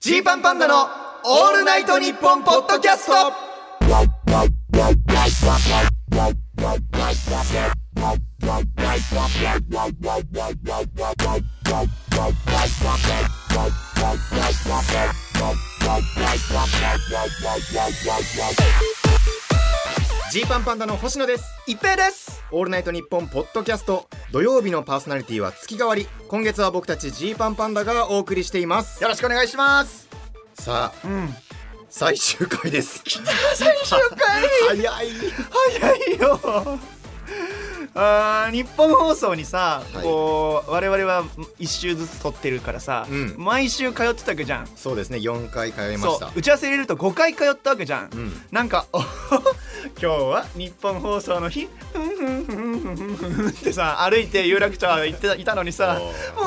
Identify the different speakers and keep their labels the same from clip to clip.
Speaker 1: ジーパンパンダのオールナイトニッポンポッドキャストジーパンパンダの星野です
Speaker 2: 一平です
Speaker 1: オールナイトニッポンポッドキャスト土曜日のパーソナリティは月替わり今月は僕たちジーパンパンダがお送りしています
Speaker 2: よろしくお願いします
Speaker 1: さあ
Speaker 2: うん
Speaker 1: 最終回です
Speaker 2: 最終回
Speaker 1: 早い
Speaker 2: 早いよあー日本放送にさ、
Speaker 1: はい
Speaker 2: こう我々は一週ずつ撮ってるからさ、
Speaker 1: うん
Speaker 2: 毎週通ってたわけじゃん
Speaker 1: そうですね4回通いま
Speaker 2: そ
Speaker 1: した
Speaker 2: う打ち合わせ入れると5回通ったわけじゃん、
Speaker 1: うん
Speaker 2: なんかお 今日は日本放送の日ふんふんふんふんふんふんふんってさ歩いて有楽町行ってたいたのにさも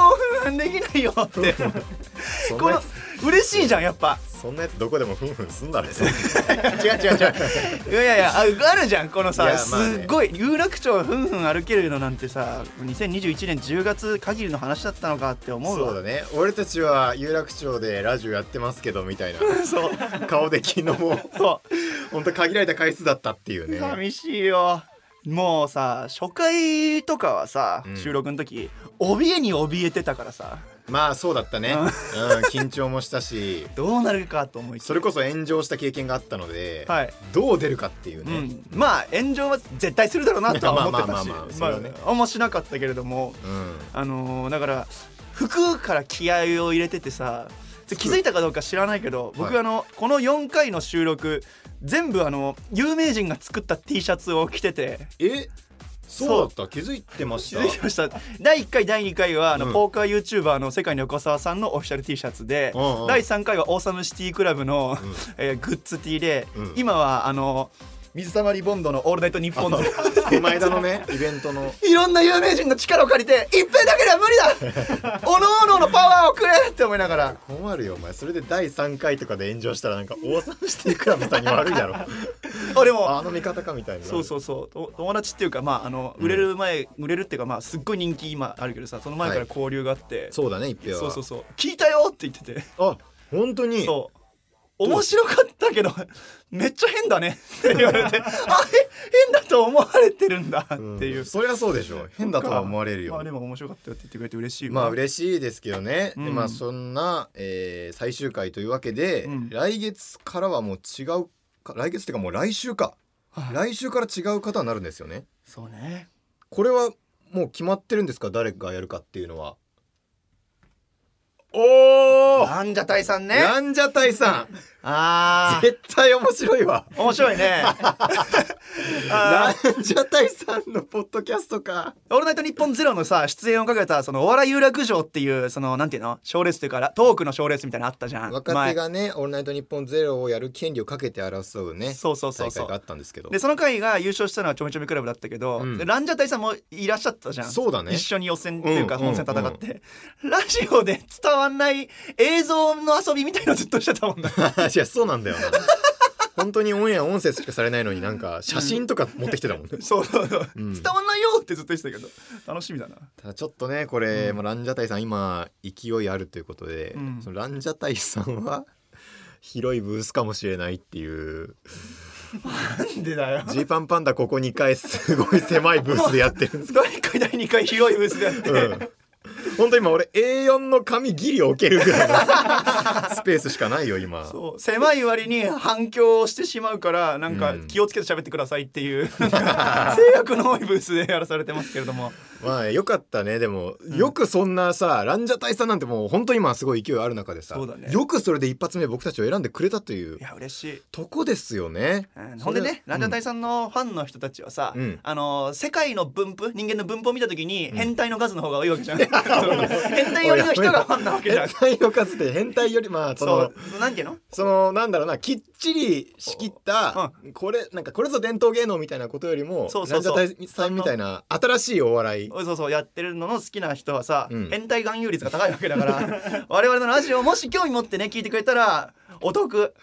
Speaker 1: お
Speaker 2: う
Speaker 1: ー
Speaker 2: ふんふんできないよって
Speaker 1: そん
Speaker 2: こ
Speaker 1: なや
Speaker 2: の嬉しいじゃんやっぱ
Speaker 1: つそんなやつどこでもふんふんすんだ ろ
Speaker 2: 違う違う違ういやいやああるじゃんこのさ、
Speaker 1: いや
Speaker 2: す
Speaker 1: まあね
Speaker 2: っごい有楽町ふんふん歩けるのなんてさ2021年10月限りの話だったのかって思う
Speaker 1: そう
Speaker 2: わ
Speaker 1: だね俺たちは有楽町でラジオやってますけどみたいな
Speaker 2: そう
Speaker 1: 顔で昨日も
Speaker 2: そ
Speaker 1: 本当限られた回数だったっていう
Speaker 2: う
Speaker 1: ね
Speaker 2: 寂しいよもうさ初回とかはさ、
Speaker 1: うん
Speaker 2: 収録の時怯えに怯えてたからさ
Speaker 1: まあそうだったね、
Speaker 2: う
Speaker 1: うんん、緊張もしたし
Speaker 2: どうなるかと思い
Speaker 1: それこそ炎上した経験があったので、
Speaker 2: はい
Speaker 1: どう出るかっていう
Speaker 2: う
Speaker 1: ね、
Speaker 2: ん、まあ炎上は絶対するだろうなとは思ってた し
Speaker 1: まあまあまあまあそ
Speaker 2: ま
Speaker 1: れ
Speaker 2: あ
Speaker 1: はね
Speaker 2: あんましなかったけれども
Speaker 1: うん
Speaker 2: あのーだから服から気合を入れててさで気づいたかどうか知らないけど僕、
Speaker 1: はい
Speaker 2: あのこの4回の収録全部あの有名人が作った T シャツを着てて
Speaker 1: えそうだった気づいてまし
Speaker 2: 気
Speaker 1: た
Speaker 2: づいてました第1回第2回はあの、
Speaker 1: うん
Speaker 2: ポーカー YouTuber の世界の横澤さんのオフィシャル T シャツで、
Speaker 1: うんうん
Speaker 2: 第3回はオーサムシティクラブの、
Speaker 1: ん
Speaker 2: えーグッズ T で、
Speaker 1: うん
Speaker 2: 今はあの水溜りボンドの「オールナイトニッポン」の
Speaker 1: この間のねイベントの
Speaker 2: いろんな有名人の力を借りて一平だけでは無理 だおのおののパワーをくれって思いながら
Speaker 1: 困るよお前それで第3回とかで炎上したらなんか王さんしていくらさんに悪いだろ
Speaker 2: あでも
Speaker 1: あの見方かみたいな
Speaker 2: そうそうそうと友達っていうかまああの売れる前、売れるっていうかまあすっごい人気今あるけどさその前から
Speaker 1: はい
Speaker 2: 交流があって、
Speaker 1: そうだね一平は
Speaker 2: そうそうそう聞いたよって言ってて
Speaker 1: あ本当に
Speaker 2: そう面白かったけど めっちゃ変だねって言われ てあえ変だと思われてるんだって
Speaker 1: ん
Speaker 2: いう、
Speaker 1: そりゃそうでしょ変だとは思われるよ
Speaker 2: まあでも面白かったよって言ってくれて嬉しい
Speaker 1: ま
Speaker 2: わ
Speaker 1: あ嬉しいですけどね、
Speaker 2: うん
Speaker 1: でまあそんな、えー最終回というわけで、
Speaker 2: うん
Speaker 1: 来月からはもう違うか来月っていうかもう来週か
Speaker 2: はい
Speaker 1: 来週から違う方になるんですよね
Speaker 2: そうね
Speaker 1: これはもう決まってるんですか誰がやるかっていうのは
Speaker 2: おなんじゃたいさんね
Speaker 1: ランジャタイさん
Speaker 2: あ
Speaker 1: 絶対面白いわ
Speaker 2: あ面白 いね
Speaker 1: ラ
Speaker 2: あー
Speaker 1: ンジャタイさんのポッドキャストか
Speaker 2: オールナイトニッポンゼロのさ出演をかけたそのお笑い有楽町っていうそのなんていうの賞レースというかトークの賞レースみたいなのあったじゃん
Speaker 1: 若手がね「オールナイトニッポンゼロをやる権利をかけて争うね
Speaker 2: 前そうそうそうそ
Speaker 1: 大会があ
Speaker 2: う
Speaker 1: ったんですけど
Speaker 2: でその回が優勝したのはちょめちょめクラブだったけど、
Speaker 1: うん
Speaker 2: でランジャタイさんもいらっしゃったじゃん
Speaker 1: そうだね
Speaker 2: 一緒に予選っていうか
Speaker 1: うんうん
Speaker 2: 本戦戦って、ラジオで伝わんない映像の遊びみたいのずっとしてた もんな
Speaker 1: いやそうなんだよな本当にオンエア音声しかされないのになんか写真とか持ってきてたもんね、
Speaker 2: そうそうそう、
Speaker 1: うん
Speaker 2: 伝わんないよってずっと言ってたけど楽しみだな
Speaker 1: ただちょっとねこれ、もうランジャタイさん今勢いあるということで、
Speaker 2: うん
Speaker 1: そのランジャタイさんは広いブースかもしれないっていう
Speaker 2: なんでだよ
Speaker 1: ジーパンパンダここ2回すごい狭いブースでやってるんです
Speaker 2: 第1回第2回広いブースでやって、
Speaker 1: うん本当今俺 A4 の紙ギリ置けるぐらいのスペースしかないよ今
Speaker 2: そう狭い割に反響してしまうからなんか
Speaker 1: うん
Speaker 2: 気をつけて喋ってくださいっていう なんか制約の多いブースでやらされてますけれども
Speaker 1: まあよかったねでも、よくそんなさランジャタイさんなんてもう本当今すごい勢いある中でさ、
Speaker 2: そうだね
Speaker 1: よくそれで一発目僕たちを選んでくれたという
Speaker 2: いや嬉しい。
Speaker 1: とこですよね
Speaker 2: うん、ほんでね、ランジャタイ
Speaker 1: さ
Speaker 2: さんのファンの人たちはさ、
Speaker 1: うん
Speaker 2: あの世界の分布人間の分布を見た時に変態の数の方が多いわけじゃ ん、変態寄りの人がファンなわけじゃん
Speaker 1: 変態の数って変態よりまあそ
Speaker 2: そ
Speaker 1: の
Speaker 2: うなんていうの
Speaker 1: そのなんだろうなきっちり仕切った、これなんかこれぞ伝統芸能みたいなことよりも
Speaker 2: そうそうそう
Speaker 1: ランジャタイさんみたいな新しいお笑 い
Speaker 2: そうそうやってるのの好きな人はさ、
Speaker 1: うん
Speaker 2: 変態含有率が高いわけだから 我々のラジオもし興味持ってね聞いてくれたらお得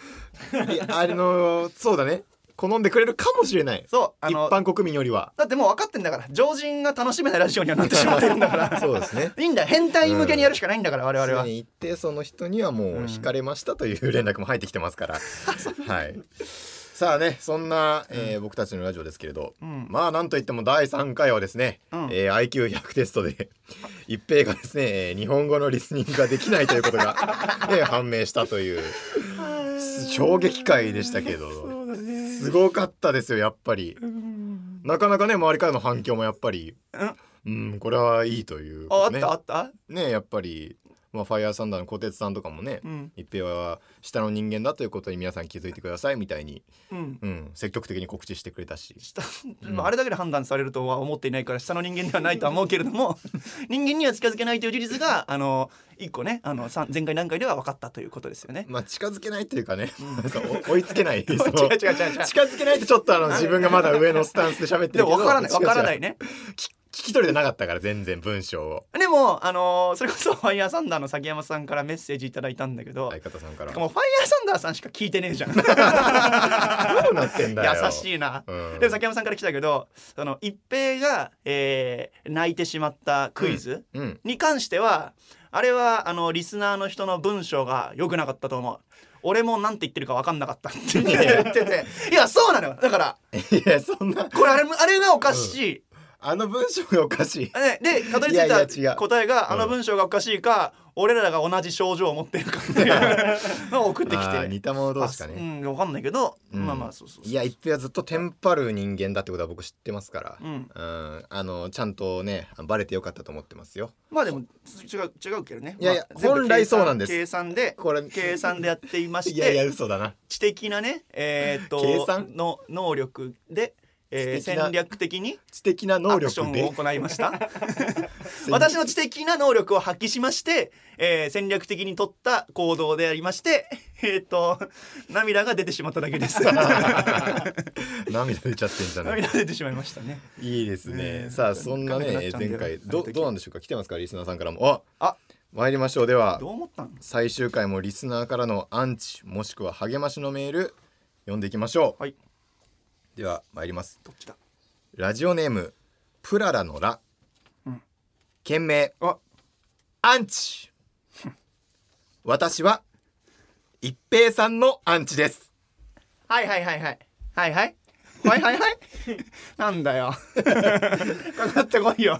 Speaker 1: いやあのそうだね好んでくれるかもしれない
Speaker 2: そうあ
Speaker 1: 一
Speaker 2: の
Speaker 1: 般国民より は
Speaker 2: だってもう分かってんだから常人が楽しめないラジオにはなってしまってるんだから
Speaker 1: そうですね
Speaker 2: いいんだよ変態向けにやるしかないんだから、我々
Speaker 1: 常
Speaker 2: は
Speaker 1: に行ってその人にはもう惹かれましたという連絡も入ってきてます から、はいさあねそんな、えー僕たちのラジオですけれど、
Speaker 2: うん
Speaker 1: まあなんといっても第3回はですね、
Speaker 2: うん
Speaker 1: えー IQ100 テストで 一平がですね、えー日本語のリスニングができないということ が、ね、判明したという衝撃回でしたけど
Speaker 2: うだね
Speaker 1: すごかったですよやっぱり
Speaker 2: うん
Speaker 1: なかなかね周りからの反響もやっぱり
Speaker 2: あ
Speaker 1: うんこれはいいという
Speaker 2: あっ
Speaker 1: ね
Speaker 2: たあった、
Speaker 1: ねやっぱり、まあ、ファイアーサンダーの小鉄さんとかもね、
Speaker 2: うん
Speaker 1: 一平は下の人間だということに皆さん気づいてくださいみたいに、
Speaker 2: うん
Speaker 1: うん、積極的に告知してくれたし
Speaker 2: 下
Speaker 1: うん
Speaker 2: まああれだけで判断されるとは思っていないから下の人間ではないとは思うけれども 人間には近づけないという事実があの一個ねあのさん前回段階では分かったということですよね。
Speaker 1: まあ近づけないというかね、 そう追いつけ ないそ
Speaker 2: 違う
Speaker 1: の
Speaker 2: 違う違う違う
Speaker 1: 近づけないってちょっとあの自分がまだ上のスタンスで喋って
Speaker 2: で
Speaker 1: るけど
Speaker 2: も分からない
Speaker 1: 違う違う
Speaker 2: 分からないね。
Speaker 1: き聞き取れてなかったから全然文章を
Speaker 2: でもあのそれこそファイヤーサンダーの崎山さんからメッセージいただいたんだけど、
Speaker 1: 相方さんから
Speaker 2: もうファイヤーサンダーさんしか聞いてねえじゃん
Speaker 1: どうなってんだよ
Speaker 2: 優しいな、
Speaker 1: うん
Speaker 2: でも崎山さんから来たけどその一平が、えー泣いてしまったクイズ
Speaker 1: うん
Speaker 2: に関しては、あれはあのリスナーの人の文章が良くなかったと思う俺もなんて言ってるか分かんなかったって言ってていやそうなのよだから
Speaker 1: いやそんな
Speaker 2: これあれあれがおかしい、
Speaker 1: あの文章がおか しい
Speaker 2: ねでたどり着
Speaker 1: いやい
Speaker 2: い
Speaker 1: や違
Speaker 2: た
Speaker 1: う
Speaker 2: 答えが
Speaker 1: うん
Speaker 2: あの文章がおかしいか、俺らが同じ症状を持ってるかっていうのを送ってき
Speaker 1: あー
Speaker 2: て
Speaker 1: 似たもの同士か
Speaker 2: あ
Speaker 1: ね
Speaker 2: うん分かんないけど、
Speaker 1: うん
Speaker 2: まあまあそうそうそう
Speaker 1: いや一平はずっとテンパる人間だってことは僕知ってますから
Speaker 2: うん、
Speaker 1: うんあのちゃんとねバレてよかったと思ってますよ
Speaker 2: まあでも違う違うけどね
Speaker 1: いやいや
Speaker 2: まあ全部
Speaker 1: 本来そうなんです
Speaker 2: 計算計算で
Speaker 1: これ
Speaker 2: 計算でやっていまして
Speaker 1: いやいや嘘だな
Speaker 2: 知的なねえーっと
Speaker 1: 計算
Speaker 2: の能力で、えー
Speaker 1: 知的な
Speaker 2: 戦略的に
Speaker 1: 知的な能
Speaker 2: アクショ
Speaker 1: 力
Speaker 2: ン
Speaker 1: で
Speaker 2: を行いま した私の知的な能力を発揮しまして、えー戦略的に取った行動でありまして えーっと涙が出てしまっただけです
Speaker 1: 涙出ちゃってんじゃ ない
Speaker 2: 涙出てしまいましたね
Speaker 1: いいです
Speaker 2: ね
Speaker 1: ね
Speaker 2: え
Speaker 1: さあそんなね
Speaker 2: わかんなくなっちゃうんだよ
Speaker 1: 前回
Speaker 2: あの
Speaker 1: ど
Speaker 2: 時
Speaker 1: どうなんでしょうか来てますかリスナーさんからもあ
Speaker 2: あ
Speaker 1: 参りましょうでは
Speaker 2: どう思ったの
Speaker 1: 最終回もリスナーからのアンチもしくは励ましのメール読んでいきましょう
Speaker 2: はい
Speaker 1: では参ります
Speaker 2: どっちだ
Speaker 1: ラジオネームプララのラ、
Speaker 2: うん
Speaker 1: 件名
Speaker 2: あ
Speaker 1: アンチ私は一平さんのアンチです
Speaker 2: はいはいはいはいはいはいはいはいはい なんだよかかってこいよ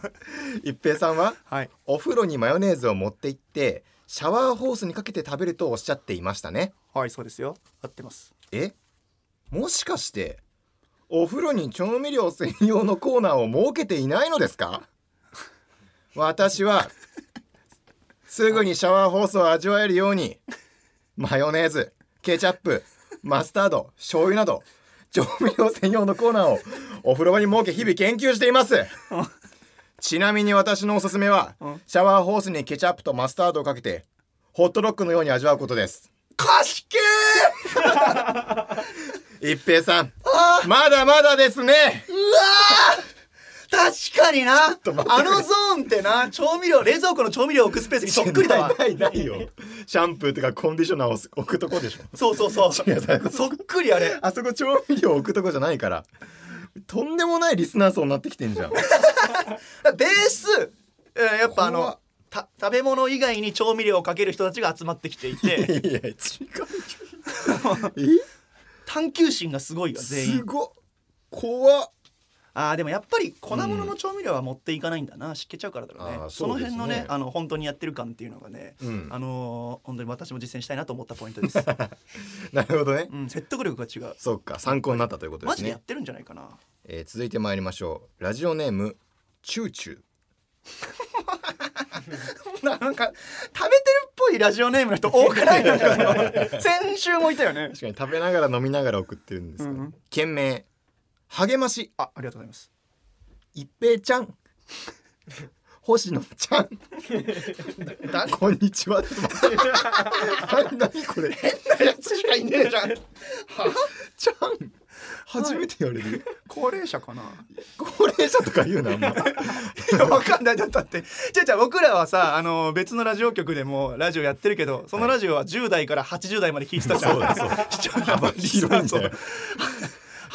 Speaker 1: 一平さんは
Speaker 2: はい
Speaker 1: お風呂にマヨネーズを持って行ってシャワーホースにかけて食べるとおっしゃっていましたね
Speaker 2: はいそうですよ合ってます
Speaker 1: えもしかしてお風呂に調味料専用のコーナーを設けていないのですか私はすぐにシャワーホースを味わえるようにマヨネーズケチャップマスタード醤油など調味料専用のコーナーをお風呂場に設け日々研究していますちなみに私のおすすめは
Speaker 2: うん
Speaker 1: シャワーホースにケチャップとマスタードをかけてホットドッグのように味わうことです
Speaker 2: 貸し系
Speaker 1: 一平さん
Speaker 2: あー
Speaker 1: まだまだですね
Speaker 2: うわー確かにな
Speaker 1: と待って
Speaker 2: あのゾーンってな調味料冷蔵庫の調味料置くスペー スにそっくりだわ
Speaker 1: ないないないよシャンプーとかコンディショナーを置くとこでしょ
Speaker 2: そうそうそうそ
Speaker 1: 違うそういうこ
Speaker 2: っくりあれ
Speaker 1: あそこ調味料置くとこじゃないからとんでもないリスナー層になってきてんじ ゃん
Speaker 2: ベースえーやっぱあ
Speaker 1: 怖っ
Speaker 2: のた食べ物以外に調味料をかける人たちが集まってきていて
Speaker 1: いや違うえ
Speaker 2: 探求心がすごいよ全員
Speaker 1: すごっ怖っ
Speaker 2: あーでもやっぱり粉物の調味料は持っていかないんだな、湿気ちゃうからだろうね
Speaker 1: あー
Speaker 2: そ
Speaker 1: そう
Speaker 2: の
Speaker 1: ですね
Speaker 2: 辺のねあの本当にやってる感っていうのがね、
Speaker 1: うん
Speaker 2: あのー本当に私も実践したいなと思ったポイント です、
Speaker 1: なるほどね
Speaker 2: うん、説得力が違う
Speaker 1: そっか参考になったということで
Speaker 2: マ
Speaker 1: す
Speaker 2: ジでや
Speaker 1: ね
Speaker 2: っ、てるんじゃないかな
Speaker 1: えー続いて参りましょうラジオネームチューチュー
Speaker 2: なんか食べてるっぽいラジオネームの人多くないなんかその先週もいたよね
Speaker 1: 確かに食べながら飲みながら送ってるんですけど、
Speaker 2: うんうん
Speaker 1: 件名励まし
Speaker 2: あありがとうございます
Speaker 1: 一平ちゃん星野ちゃん
Speaker 2: 誰
Speaker 1: こんにちは。ちょっと待ってな何これ。
Speaker 2: やつしかいねえじゃん
Speaker 1: ちゃん。初めて言われる。
Speaker 2: 高齢者かな
Speaker 1: 高齢者とか言うな。あんま
Speaker 2: いやわかんないだったってじゃあじゃあ僕らはさあの別のラジオ局でもラジオやってるけどそのラジオは10代から80代まで聞いてたじゃん、
Speaker 1: そうだそう
Speaker 2: 視聴者
Speaker 1: 幅広いんだよ
Speaker 2: そう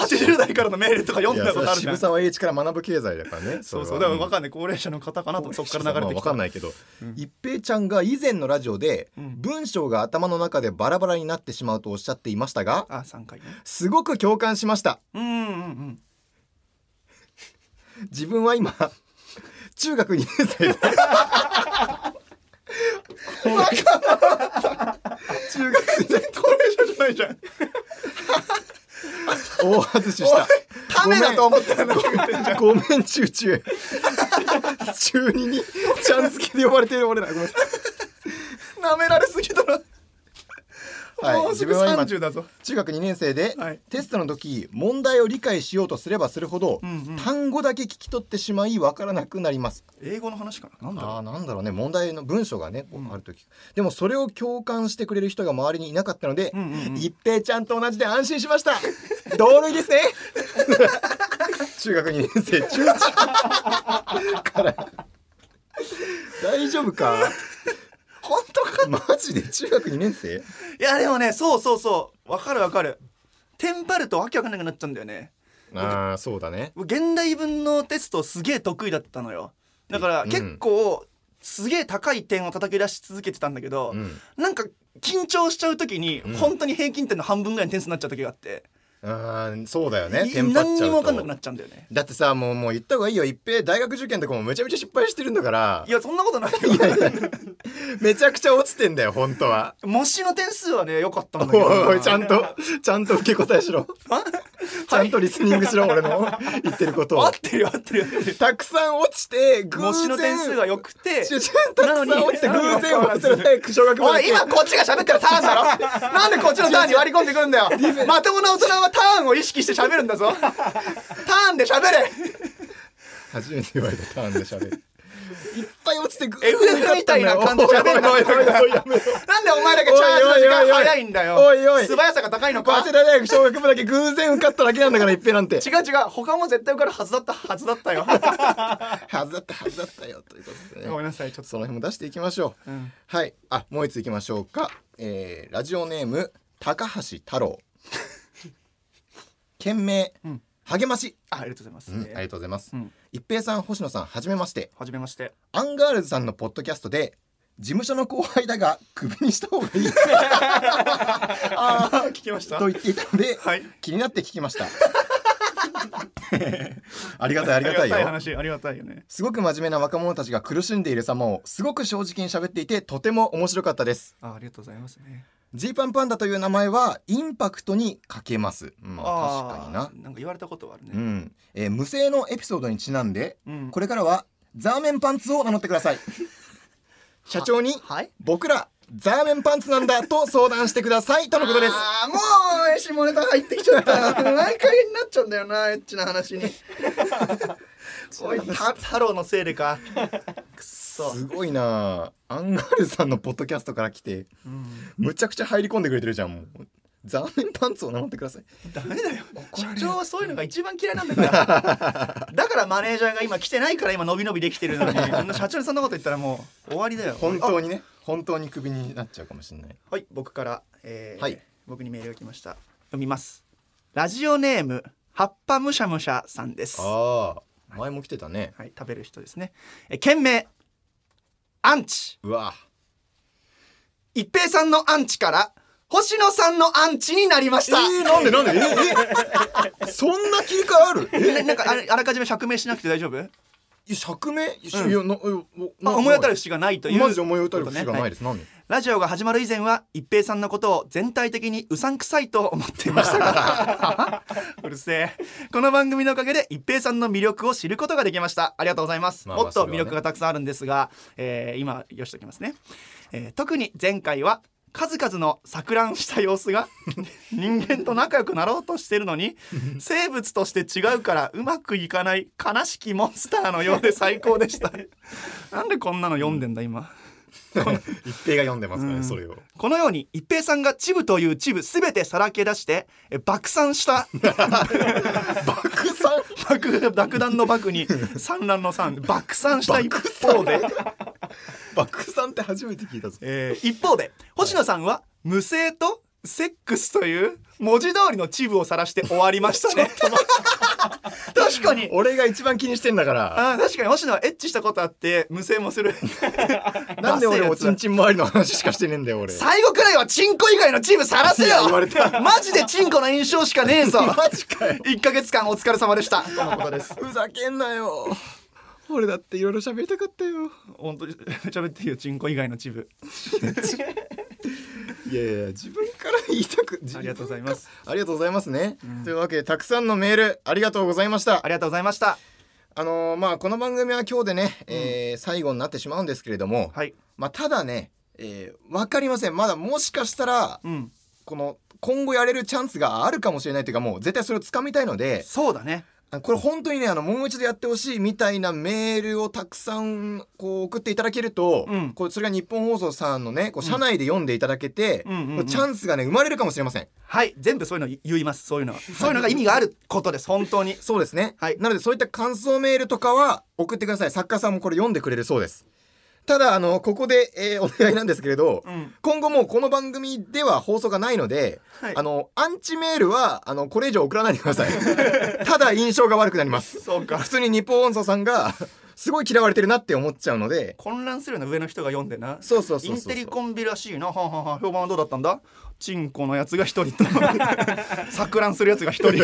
Speaker 2: 80代からのメールとか読んだことあるじ
Speaker 1: 渋
Speaker 2: ゃん
Speaker 1: 沢栄一から学ぶ経済だからね
Speaker 2: そうそう
Speaker 1: れ
Speaker 2: だ
Speaker 1: は
Speaker 2: から分かんない高齢者の方かなとそこから流れて
Speaker 1: まあ
Speaker 2: き
Speaker 1: わか
Speaker 2: た
Speaker 1: んないけど、
Speaker 2: うん
Speaker 1: 一平ちゃんが以前のラジオで、
Speaker 2: うん
Speaker 1: 文章が頭の中でバラバラになってしまうとおっしゃっていましたが
Speaker 2: あ三回ね
Speaker 1: すごく共感しました
Speaker 2: うんうんうん
Speaker 1: 自分は今 中学2年生です中学生で
Speaker 2: 高齢者じゃないじゃん
Speaker 1: 大外しした
Speaker 2: ためだと思ったの
Speaker 1: ごめん中中中二にちゃん付けで呼ばれている俺らごめんなさい
Speaker 2: なめられすぎだろ、
Speaker 1: はい
Speaker 2: もう
Speaker 1: 自
Speaker 2: すぐ
Speaker 1: 分は今
Speaker 2: 30だぞ
Speaker 1: 中学2年生で、
Speaker 2: はい
Speaker 1: テストの時問題を理解しようとすればするほど、
Speaker 2: うんうん
Speaker 1: 単語だけ聞き取ってしまいわからなくなります
Speaker 2: 英語の話かななんだろ
Speaker 1: あーなんだろうね問題の文章がね、こうある時でもそれを共感してくれる人が周りにいなかったので、
Speaker 2: うんうんうん
Speaker 1: 一平ちゃんと同じで安心しました 同類ですね 中学2年生中中から大丈夫か
Speaker 2: う本当か
Speaker 1: マジで中学2年生
Speaker 2: いやでもねそうそうそうわかるわかるテンパるとわけわかんなくなっちゃうんだよね
Speaker 1: ああそうだね
Speaker 2: 僕現代文のテストすげえ得意だったのよだから
Speaker 1: うん
Speaker 2: 結構、すげえ高い点を叩き出し続けてたんだけど、
Speaker 1: うん
Speaker 2: なんか緊張しちゃう時に、本当に平均点の半分ぐらいの点数になっちゃう時があって、
Speaker 1: あーそうだよね
Speaker 2: い
Speaker 1: テンパっ
Speaker 2: 何
Speaker 1: ちゃ
Speaker 2: に
Speaker 1: う
Speaker 2: も
Speaker 1: と
Speaker 2: 分かんなくなっちゃうんだよね
Speaker 1: だってさもうもう言った方がいいよ一平大学受験とかもめちゃめちゃ失敗してるんだから
Speaker 2: いやそんなことないよ
Speaker 1: めちゃくちゃ落ちてんだよ本当は
Speaker 2: 模試の点数はね良かったんだけどな
Speaker 1: おいおいちゃん とちゃんと受け答えし ろ
Speaker 2: あ
Speaker 1: ちゃんとリスニングしろ俺の言ってることを
Speaker 2: 合ってるよ合ってるよ合ってる
Speaker 1: たくさん落ちて偶
Speaker 2: 模試
Speaker 1: 然
Speaker 2: の点数が良くて
Speaker 1: ちゅちゅたくさん落ちて偶然忘れない 小学校
Speaker 2: おい今こっちが喋ってるターンだろなんでこっちのターンに割り込んでくるんだよまともな大人はターンを意識して喋るんだ ぞターンで喋れ
Speaker 1: 初めて言われたターンで喋るいっぱい落ちて偶
Speaker 2: FF みたいな感じで喋るな
Speaker 1: おいおいおいおいやめろ
Speaker 2: なんでお前だけチャージの時間早いんだよ
Speaker 1: おいおい
Speaker 2: 素早さが高いのか
Speaker 1: 早稲田大学小学部だけ偶然受かっただけなんだから一平なんて
Speaker 2: 違う違う他も絶対受かるはずだったはずだったよ
Speaker 1: はずだったはずだったよということでね
Speaker 2: ごめんなさいちょっと
Speaker 1: その辺も出していきましょう、
Speaker 2: うん
Speaker 1: はいあもう一ついきましょうか、えーラジオネーム高橋太 郎件名、
Speaker 2: ん
Speaker 1: 励まし、
Speaker 2: あありがとうございます、
Speaker 1: うんありがとうございます、
Speaker 2: うん
Speaker 1: 一平さん星野さんはじめまして
Speaker 2: はじめまして
Speaker 1: アンガールズさんのポッドキャストで事務所の後輩だがクビにした方がい い
Speaker 2: ああ聞きました
Speaker 1: と言っていたので、
Speaker 2: はい
Speaker 1: 気になって聞きました ありがたいありがたいよ
Speaker 2: ありが話ありがたいよね
Speaker 1: すごく真面目な若者たちが苦しんでいる様をすごく正直に喋っていてとても面白かったです。
Speaker 2: あありがとうございますね
Speaker 1: ジーパンパンダという名前はインパクトに欠けます。まあ確かにな
Speaker 2: あ。ーなんか言われたことはあるね、
Speaker 1: うん、えー無声のエピソードにちなんで、
Speaker 2: うん
Speaker 1: これからはザーメンパンツを名乗ってください。 社長に
Speaker 2: はい
Speaker 1: 僕らザーメンパンツなんだと相談してくださいとのことです。
Speaker 2: ああもう下ネタ入ってきちゃった毎回になっちゃうんだよなエッチな話 においた太郎のせいでかくっそ
Speaker 1: すごいなあアンガールズさんのポッドキャストから来て、むちゃくちゃ入り込んでくれてるじゃんもうザーメンパンツを名乗ってください
Speaker 2: ダメだよ社長はそういうのが一番嫌いなんだから だからマネージャーが今来てないから今伸び伸びできてる のにこんな社長にそんなこと言ったらもう終わりだよ
Speaker 1: 本当にね本当にクビになっちゃうかもしれない
Speaker 2: はい、僕から、えー
Speaker 1: はい
Speaker 2: 僕にメールが来ました。読みます。ラジオネーム、葉っぱむしゃむしゃさんです。は
Speaker 1: ああ前も来てたね
Speaker 2: い、食べる人ですね。えー、件名、アンチ。
Speaker 1: うわ
Speaker 2: 一平さんのアンチから、星野さんのアンチになりまし
Speaker 1: え
Speaker 2: た。
Speaker 1: ー、なんでなんでええそんな切り替えあるえ
Speaker 2: ななんかあれあらかじめ釈明しなくて大丈夫
Speaker 1: いや釈明、いやいやなえな
Speaker 2: あ思い当たる節がないという
Speaker 1: マジで思い当たる
Speaker 2: こと
Speaker 1: 節がないです、何
Speaker 2: はいラジオが始まる以前は一平さんのことを全体的にうさんくさいと思っていまし たがうるせえこの番組のおかげで一平さんの魅力を知ることができましたありがとうございます、
Speaker 1: まあまあ
Speaker 2: もっと
Speaker 1: それは
Speaker 2: 魅
Speaker 1: ね
Speaker 2: 力がたくさんあるんですが、えー今よしときますね、えー特に前回は数々の錯乱した 様子が人間と仲良くなろうとしてるのに生物として違うからうまくいかない悲しきモンスターのようで最高 でしたなんでこんなの読んでんだ今
Speaker 1: 一平が読んでますからね、
Speaker 2: うん
Speaker 1: それを
Speaker 2: このように一平さんがチブというチブすべてさらけ出してえ爆散した
Speaker 1: 爆散
Speaker 2: 爆爆弾の爆に産卵の産爆散した一方で、
Speaker 1: 爆散って初めて聞いたぞ
Speaker 2: えー一方で星野さんは無声とセックスという文字通りのチブを晒して終わりまし たね確かに
Speaker 1: 俺が一番気にしてんだから
Speaker 2: あー確かに星野はエッチしたことあって無声もする
Speaker 1: なんで
Speaker 2: ダセえ
Speaker 1: 俺
Speaker 2: や
Speaker 1: お
Speaker 2: つ
Speaker 1: ち
Speaker 2: だ
Speaker 1: んちん周りの話しかしてねえんだよ俺
Speaker 2: 最後くらいはチンコ以外のチーム晒せよ
Speaker 1: 言われた
Speaker 2: マジでチンコの印象しかねえ ぞ
Speaker 1: マジかよ
Speaker 2: 1ヶ月間お疲れ様でしたとのことです
Speaker 1: ふざけんなよ俺だっていろいろ喋りたかったよ
Speaker 2: 本当に 喋っていいよチンコ以外のチブ
Speaker 1: いやいや自分から言いたく自分
Speaker 2: ありがとうございます
Speaker 1: ありがとうございますね、というわけでたくさんのメールありがとうございました
Speaker 2: ありがとうございました
Speaker 1: あのーまあこの番組は今日でね、えー最後になってしまうんですけれども、
Speaker 2: はい
Speaker 1: まあただね、えー、わかりませんまだもしかしたら
Speaker 2: うん
Speaker 1: この今後やれるチャンスがあるかもしれないというかもう絶対それを掴みたいので
Speaker 2: そうだね
Speaker 1: あこれ本当にねあのもう一度やってほしいみたいなメールをたくさんこう送っていただけると、
Speaker 2: うん
Speaker 1: こうそれが日本放送さんのねこう社内で読んでいただけて、
Speaker 2: うんうんうんうん
Speaker 1: こうチャンスがね生まれるかもしれません。
Speaker 2: はい全部そういうの言いますそういうのはそういうのが意味があることです本当に
Speaker 1: そうですね、
Speaker 2: はい
Speaker 1: なのでそういった感想メールとかは送ってください作家さんもこれ読んでくれるそうですただあのここで、えーお 願いなんですけれど、
Speaker 2: うん
Speaker 1: 今後もうこの番組では放送がないので、
Speaker 2: はい
Speaker 1: あのアンチメールはあのこれ以上送らないでくださ いただ印象が悪くなります
Speaker 2: そうか
Speaker 1: 普通に日本音素さんがすごい嫌われてるなって思っちゃうので
Speaker 2: 混乱するような上の人が読んでな
Speaker 1: そうそうそうそう
Speaker 2: インテリコンビらしいなはんはんはん評判はどうだったんだチンコのやつが一人と 錯乱するやつ が一人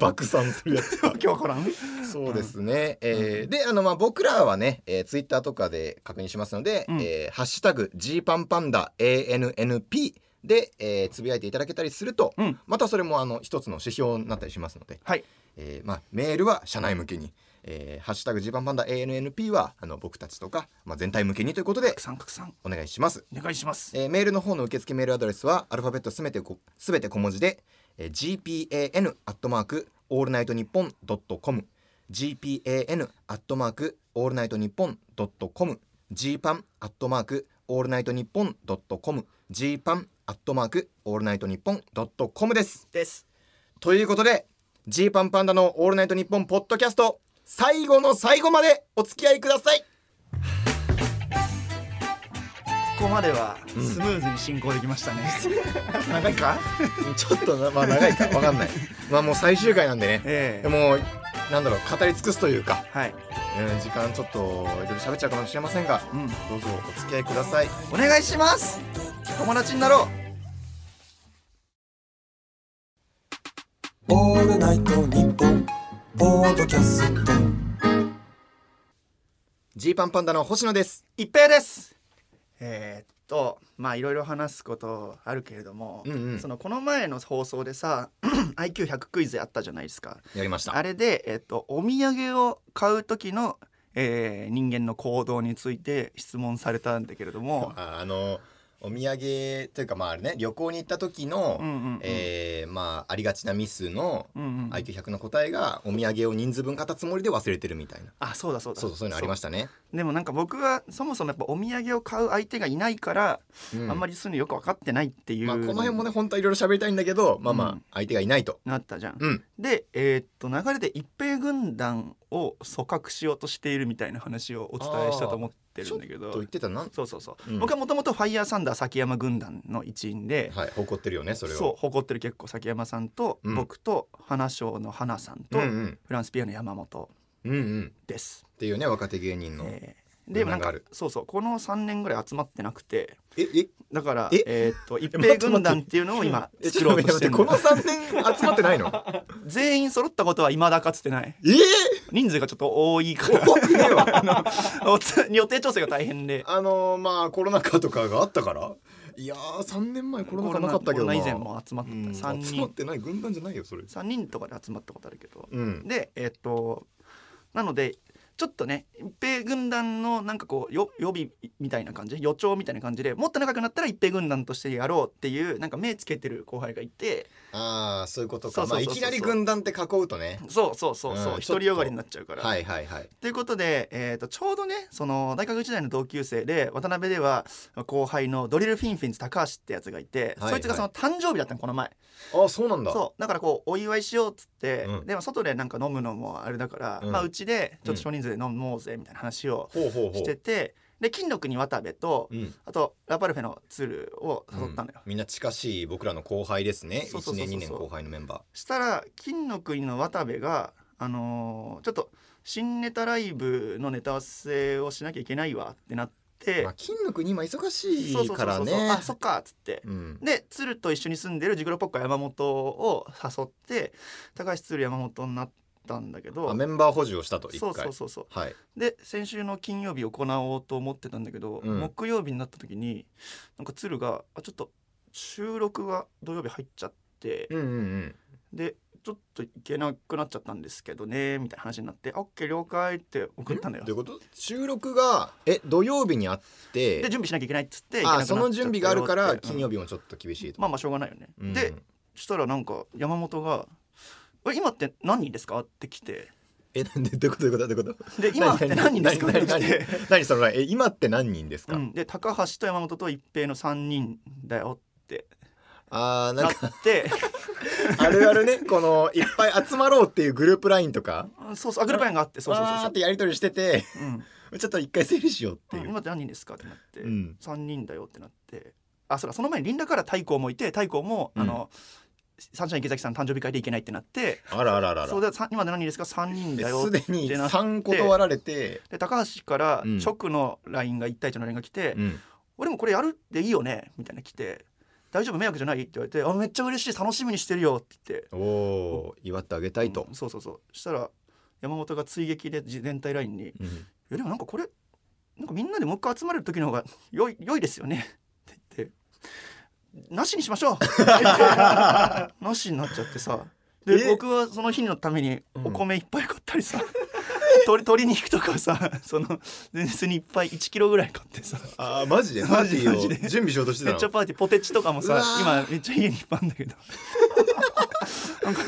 Speaker 1: 爆散するやつ
Speaker 2: わけわからん
Speaker 1: そうですね、えーであのまあ僕らはね、えー、ツイッターとかで確認しますので「
Speaker 2: ん
Speaker 1: えーハッシュタグ #G パンパンダ ANNP」で、えーつぶやいていただけたりすると、
Speaker 2: うん
Speaker 1: またそれもあの一つの指標になったりしますので、
Speaker 2: はい
Speaker 1: えーまあ、メールは社内向けに「えーハッシュタグ #G パンパンダ ANNP は」あの僕たちとか、まあ、全体向けにということで
Speaker 2: 拡散拡散
Speaker 1: お願いします。
Speaker 2: お願いします
Speaker 1: えーメールの方の受付メールアドレスはアルファベットすべてこすべて小文字で、えー、gpan アットマークオールナイトニッポンドットコム gpan アットマークオールナイトニッポンドットコム gpan アットマークオールナイトニッポンドットコム gpan アットマークオールナイトニッポンドットコムです
Speaker 2: です
Speaker 1: ということで G パンパンダのオールナイトニッポンポッドキャスト最後の最後までお付き合いください
Speaker 2: ここまではスムーズに進行できましたね、 長いか
Speaker 1: ちょっとなまあ長いかわかんない まあもう最終回なんでね
Speaker 2: え
Speaker 1: で
Speaker 2: え
Speaker 1: もなんだろう語り尽くすというか、
Speaker 2: はい、
Speaker 1: うん、時間ちょっといろいろ喋っちゃうかもしれませんが
Speaker 2: うん、
Speaker 1: どうぞお付き合いください
Speaker 2: お願いします友達になろう
Speaker 3: オールナイトニッポンポードキャスト
Speaker 1: ジーパンパンダの星野です
Speaker 2: 一平ですえーっとまあいろいろ話すことあるけれども、
Speaker 1: うんうん
Speaker 2: そのこの前の放送でさ IQ100 クイズやったじゃないですか
Speaker 1: やりました
Speaker 2: あれで、えっと、お土産を買う時の、えー人間の行動について質問されたんだけれども、
Speaker 1: ああのお土産というかまああれね旅行に行った時の、
Speaker 2: うんうんうん
Speaker 1: えーまあありがちなミスの
Speaker 2: うんうん、
Speaker 1: IQ100 の答えがお土産を人数分買ったつもりで忘れてるみたいな
Speaker 2: あそうだそうだ
Speaker 1: そうそうそういうのありましたね
Speaker 2: でもなんか僕はそもそもやっぱお土産を買う相手がいないから、あんま
Speaker 1: り
Speaker 2: りそういうのよく分かってないっていう、
Speaker 1: まあこの辺もね本当はいろいろ喋りたいんだけどまあま
Speaker 2: う
Speaker 1: あ
Speaker 2: ん
Speaker 1: 相手がいないと
Speaker 2: なったじゃん。
Speaker 1: うん
Speaker 2: で、えーっと流れで一平軍団を組閣しようとしているみたいな話をお伝えしたと思って
Speaker 1: ち
Speaker 2: る
Speaker 1: ょ
Speaker 2: ん
Speaker 1: っ
Speaker 2: だ
Speaker 1: と
Speaker 2: け
Speaker 1: 言
Speaker 2: ど
Speaker 1: ってたなは
Speaker 2: そうそうそう、
Speaker 1: うん
Speaker 2: 僕はもともとファイヤーサンダー崎山軍団の一員で、
Speaker 1: い怒ってるよねそれは
Speaker 2: そう誇ってる結構崎山さんと、
Speaker 1: うん
Speaker 2: 僕と花賞の花さんと、
Speaker 1: うんうん
Speaker 2: フランスピアノ山本
Speaker 1: うんうん
Speaker 2: です。
Speaker 1: っていうね若手芸人の、
Speaker 2: えー
Speaker 1: 軍
Speaker 2: で
Speaker 1: 団
Speaker 2: なん
Speaker 1: が
Speaker 2: か
Speaker 1: ある
Speaker 2: そうそうこの3年ぐらい集まってなくて
Speaker 1: ええ
Speaker 2: だから
Speaker 1: え
Speaker 2: えーっと一平軍団っていうのを今
Speaker 1: え
Speaker 2: 作ろうとしてる
Speaker 1: この3年集まってない の
Speaker 2: 全員揃ったことは未だかつてない
Speaker 1: ええ
Speaker 2: 人数がちょっと多いから
Speaker 1: 多くねえわ
Speaker 2: おつ予定調整が大変で
Speaker 1: あのーまあコロナ禍とかがあったからいやー3年前コロナ禍なかったけど
Speaker 2: コロ
Speaker 1: な
Speaker 2: ナ以前も集まってた、
Speaker 1: うん
Speaker 2: 3
Speaker 1: 集まっ
Speaker 2: 人
Speaker 1: てない軍団じゃないよそれ
Speaker 2: 3人とかで集まったことあるけど、
Speaker 1: うん
Speaker 2: でえっとなのでちょっとね一平軍団のなんかこうよ予備みたいな感じ予兆みたいな感じでもっと長くなったら一平軍団としてやろうっていうなんか目つけてる後輩がいて
Speaker 1: ああそういうこと
Speaker 2: そ
Speaker 1: か
Speaker 2: うそ
Speaker 1: ま
Speaker 2: う
Speaker 1: あ
Speaker 2: そ
Speaker 1: い
Speaker 2: うそう
Speaker 1: きなり軍団って囲うとね
Speaker 2: そうそうそうそう
Speaker 1: うん
Speaker 2: 独りよがりになっちゃうから。
Speaker 1: はいはいはい
Speaker 2: ということで、えー、とちょうどねその大学時代の同級生で渡辺では後輩のドリルフィンフィンズ高橋ってやつがいて、
Speaker 1: はい
Speaker 2: そいつがその誕生日だったのこの前
Speaker 1: ああそうなんだ
Speaker 2: そうだからこうお祝いしようっつって、
Speaker 1: うん
Speaker 2: でも外でなんか飲むのもあれだから、
Speaker 1: うん
Speaker 2: まあうちでちょっと少人数で飲もうぜみたいな話を
Speaker 1: ほうほうほ
Speaker 2: して
Speaker 1: う
Speaker 2: て、で金の国渡部と、
Speaker 1: うん
Speaker 2: あとラパルフェの鶴を誘ったのよ、
Speaker 1: みんな近しい僕らの後輩ですね
Speaker 2: そうそ
Speaker 1: 1
Speaker 2: うそうそう
Speaker 1: 年2年後輩のメンバ
Speaker 2: したら金の国の渡部があのーちょっと新ネタライブのネタ合わせをしなきゃいけないわってなって、
Speaker 1: ー、まあ、金の国今忙し
Speaker 2: そう
Speaker 1: い
Speaker 2: そう
Speaker 1: か
Speaker 2: そう
Speaker 1: ら
Speaker 2: そう、
Speaker 1: ね
Speaker 2: あそっかっつって、
Speaker 1: うん
Speaker 2: で鶴と一緒に住んでるジグロポッカ山本を誘って高橋鶴山本になったんだけど
Speaker 1: あメンバー補充をしたと一
Speaker 2: そ
Speaker 1: 回
Speaker 2: うそうそうそう
Speaker 1: はい
Speaker 2: で先週の金曜日行おうと思ってたんだけど、
Speaker 1: うん
Speaker 2: 木曜日になった時になんか鶴があちょっと収録が土曜日入っちゃって、
Speaker 1: うんうん
Speaker 2: でちょっと行けなくなっちゃったんですけどねみたいな話になって「OK 了解」って送ったんだ
Speaker 1: うんど
Speaker 2: よ
Speaker 1: ういうこと収録がえ土曜日にあって
Speaker 2: で準備しなきゃいけないっつって
Speaker 1: あその準備があるから金曜
Speaker 2: 日、
Speaker 1: 日もちょっと厳しいと、
Speaker 2: まあまあしょうがないよね、
Speaker 1: うん
Speaker 2: でしたらなんか山本が「え今って何人ですか?」って来て
Speaker 1: えなんでどういうことどういうことどういうこと
Speaker 2: 「で今って何人ですか?」っ
Speaker 1: 何
Speaker 2: て
Speaker 1: 何
Speaker 2: 来
Speaker 1: 何
Speaker 2: て、
Speaker 1: 何そのラインえ今って何人ですか、
Speaker 2: うん、で高橋と山本と一平の3人だよって
Speaker 1: あーな
Speaker 2: なんっ
Speaker 1: か
Speaker 2: て
Speaker 1: あるあるねこのいっぱい集まろうっていうグループラインとか
Speaker 2: そうそうアグルパインがあってそうそうそう
Speaker 1: わ
Speaker 2: そ
Speaker 1: ー
Speaker 2: う
Speaker 1: ってやり取りしてて
Speaker 2: うん
Speaker 1: ちょっと一回整理しようっていう、
Speaker 2: 今って何人ですか?」ってなって「
Speaker 1: うん
Speaker 2: 3人だよ」ってなってあそうだその前にリンダから太鼓もいて太鼓も、
Speaker 1: うん
Speaker 2: あのサンシャイン池崎さん誕生日会で行けないってなって
Speaker 1: あらあらあらあ
Speaker 2: そ
Speaker 1: ら
Speaker 2: れでさ今で何人ですか3人
Speaker 1: で
Speaker 2: だよ
Speaker 1: す
Speaker 2: って
Speaker 1: でに
Speaker 2: なって
Speaker 1: 3断られて、
Speaker 2: で高橋から
Speaker 1: うん
Speaker 2: 直の LINE が1対1の LINE が来て「
Speaker 1: うん
Speaker 2: 俺もこれやるっていいよね」みたいな来て「大丈夫迷惑じゃない?」って言われて「あめっちゃ嬉しい楽しみにしてるよ」って言って
Speaker 1: おお祝ってあげたいと
Speaker 2: うん、そうそうそうしたら山本が追撃で全体 LINE に「
Speaker 1: うん
Speaker 2: いやでもなんかこれなんかみんなでもう一回集まれる時の方が 良い良いですよね」って言って「なしにしま しょう」って言ってなしになっちゃってさで
Speaker 1: え
Speaker 2: 僕はその日のために
Speaker 1: うん
Speaker 2: お米いっぱい買ったりさ、 鶏鶏肉とかさ その前日にいっぱい1キロぐらい買ってさ
Speaker 1: あーマジでパ
Speaker 2: マ
Speaker 1: ーテ
Speaker 2: ジ
Speaker 1: ィ
Speaker 2: で
Speaker 1: ーを
Speaker 2: マジで
Speaker 1: 準備しようとして
Speaker 2: め
Speaker 1: た
Speaker 2: っ
Speaker 1: の
Speaker 2: ちゃパーティーポテチとかも
Speaker 1: う
Speaker 2: さ
Speaker 1: わー
Speaker 2: 今めっちゃ家にいっぱいあるんだけどなんか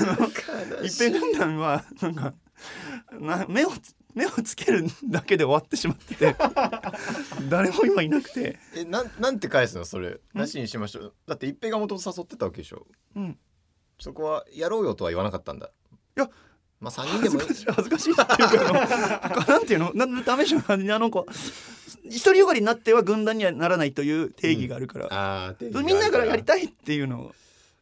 Speaker 2: あの一平軍団はなんかな目をつ目をつけるだけで終わってしまって て誰も今いなくて、
Speaker 1: えなんなんて返すのそれなしにしましょうだって一平が元々誘ってたわけでしょ
Speaker 2: うん、い
Speaker 1: そこはやろうよとは言わなかったんだ
Speaker 2: や
Speaker 1: まあ3人
Speaker 2: 恥
Speaker 1: で
Speaker 2: ず
Speaker 1: もいい
Speaker 2: かしい 恥ずかしいっていうかあのなんていうのなダメじゃんあの子独りよがりになっては軍団にはならないという定義があるから、
Speaker 1: あー定義がある
Speaker 2: みんなからやりたいっていうのを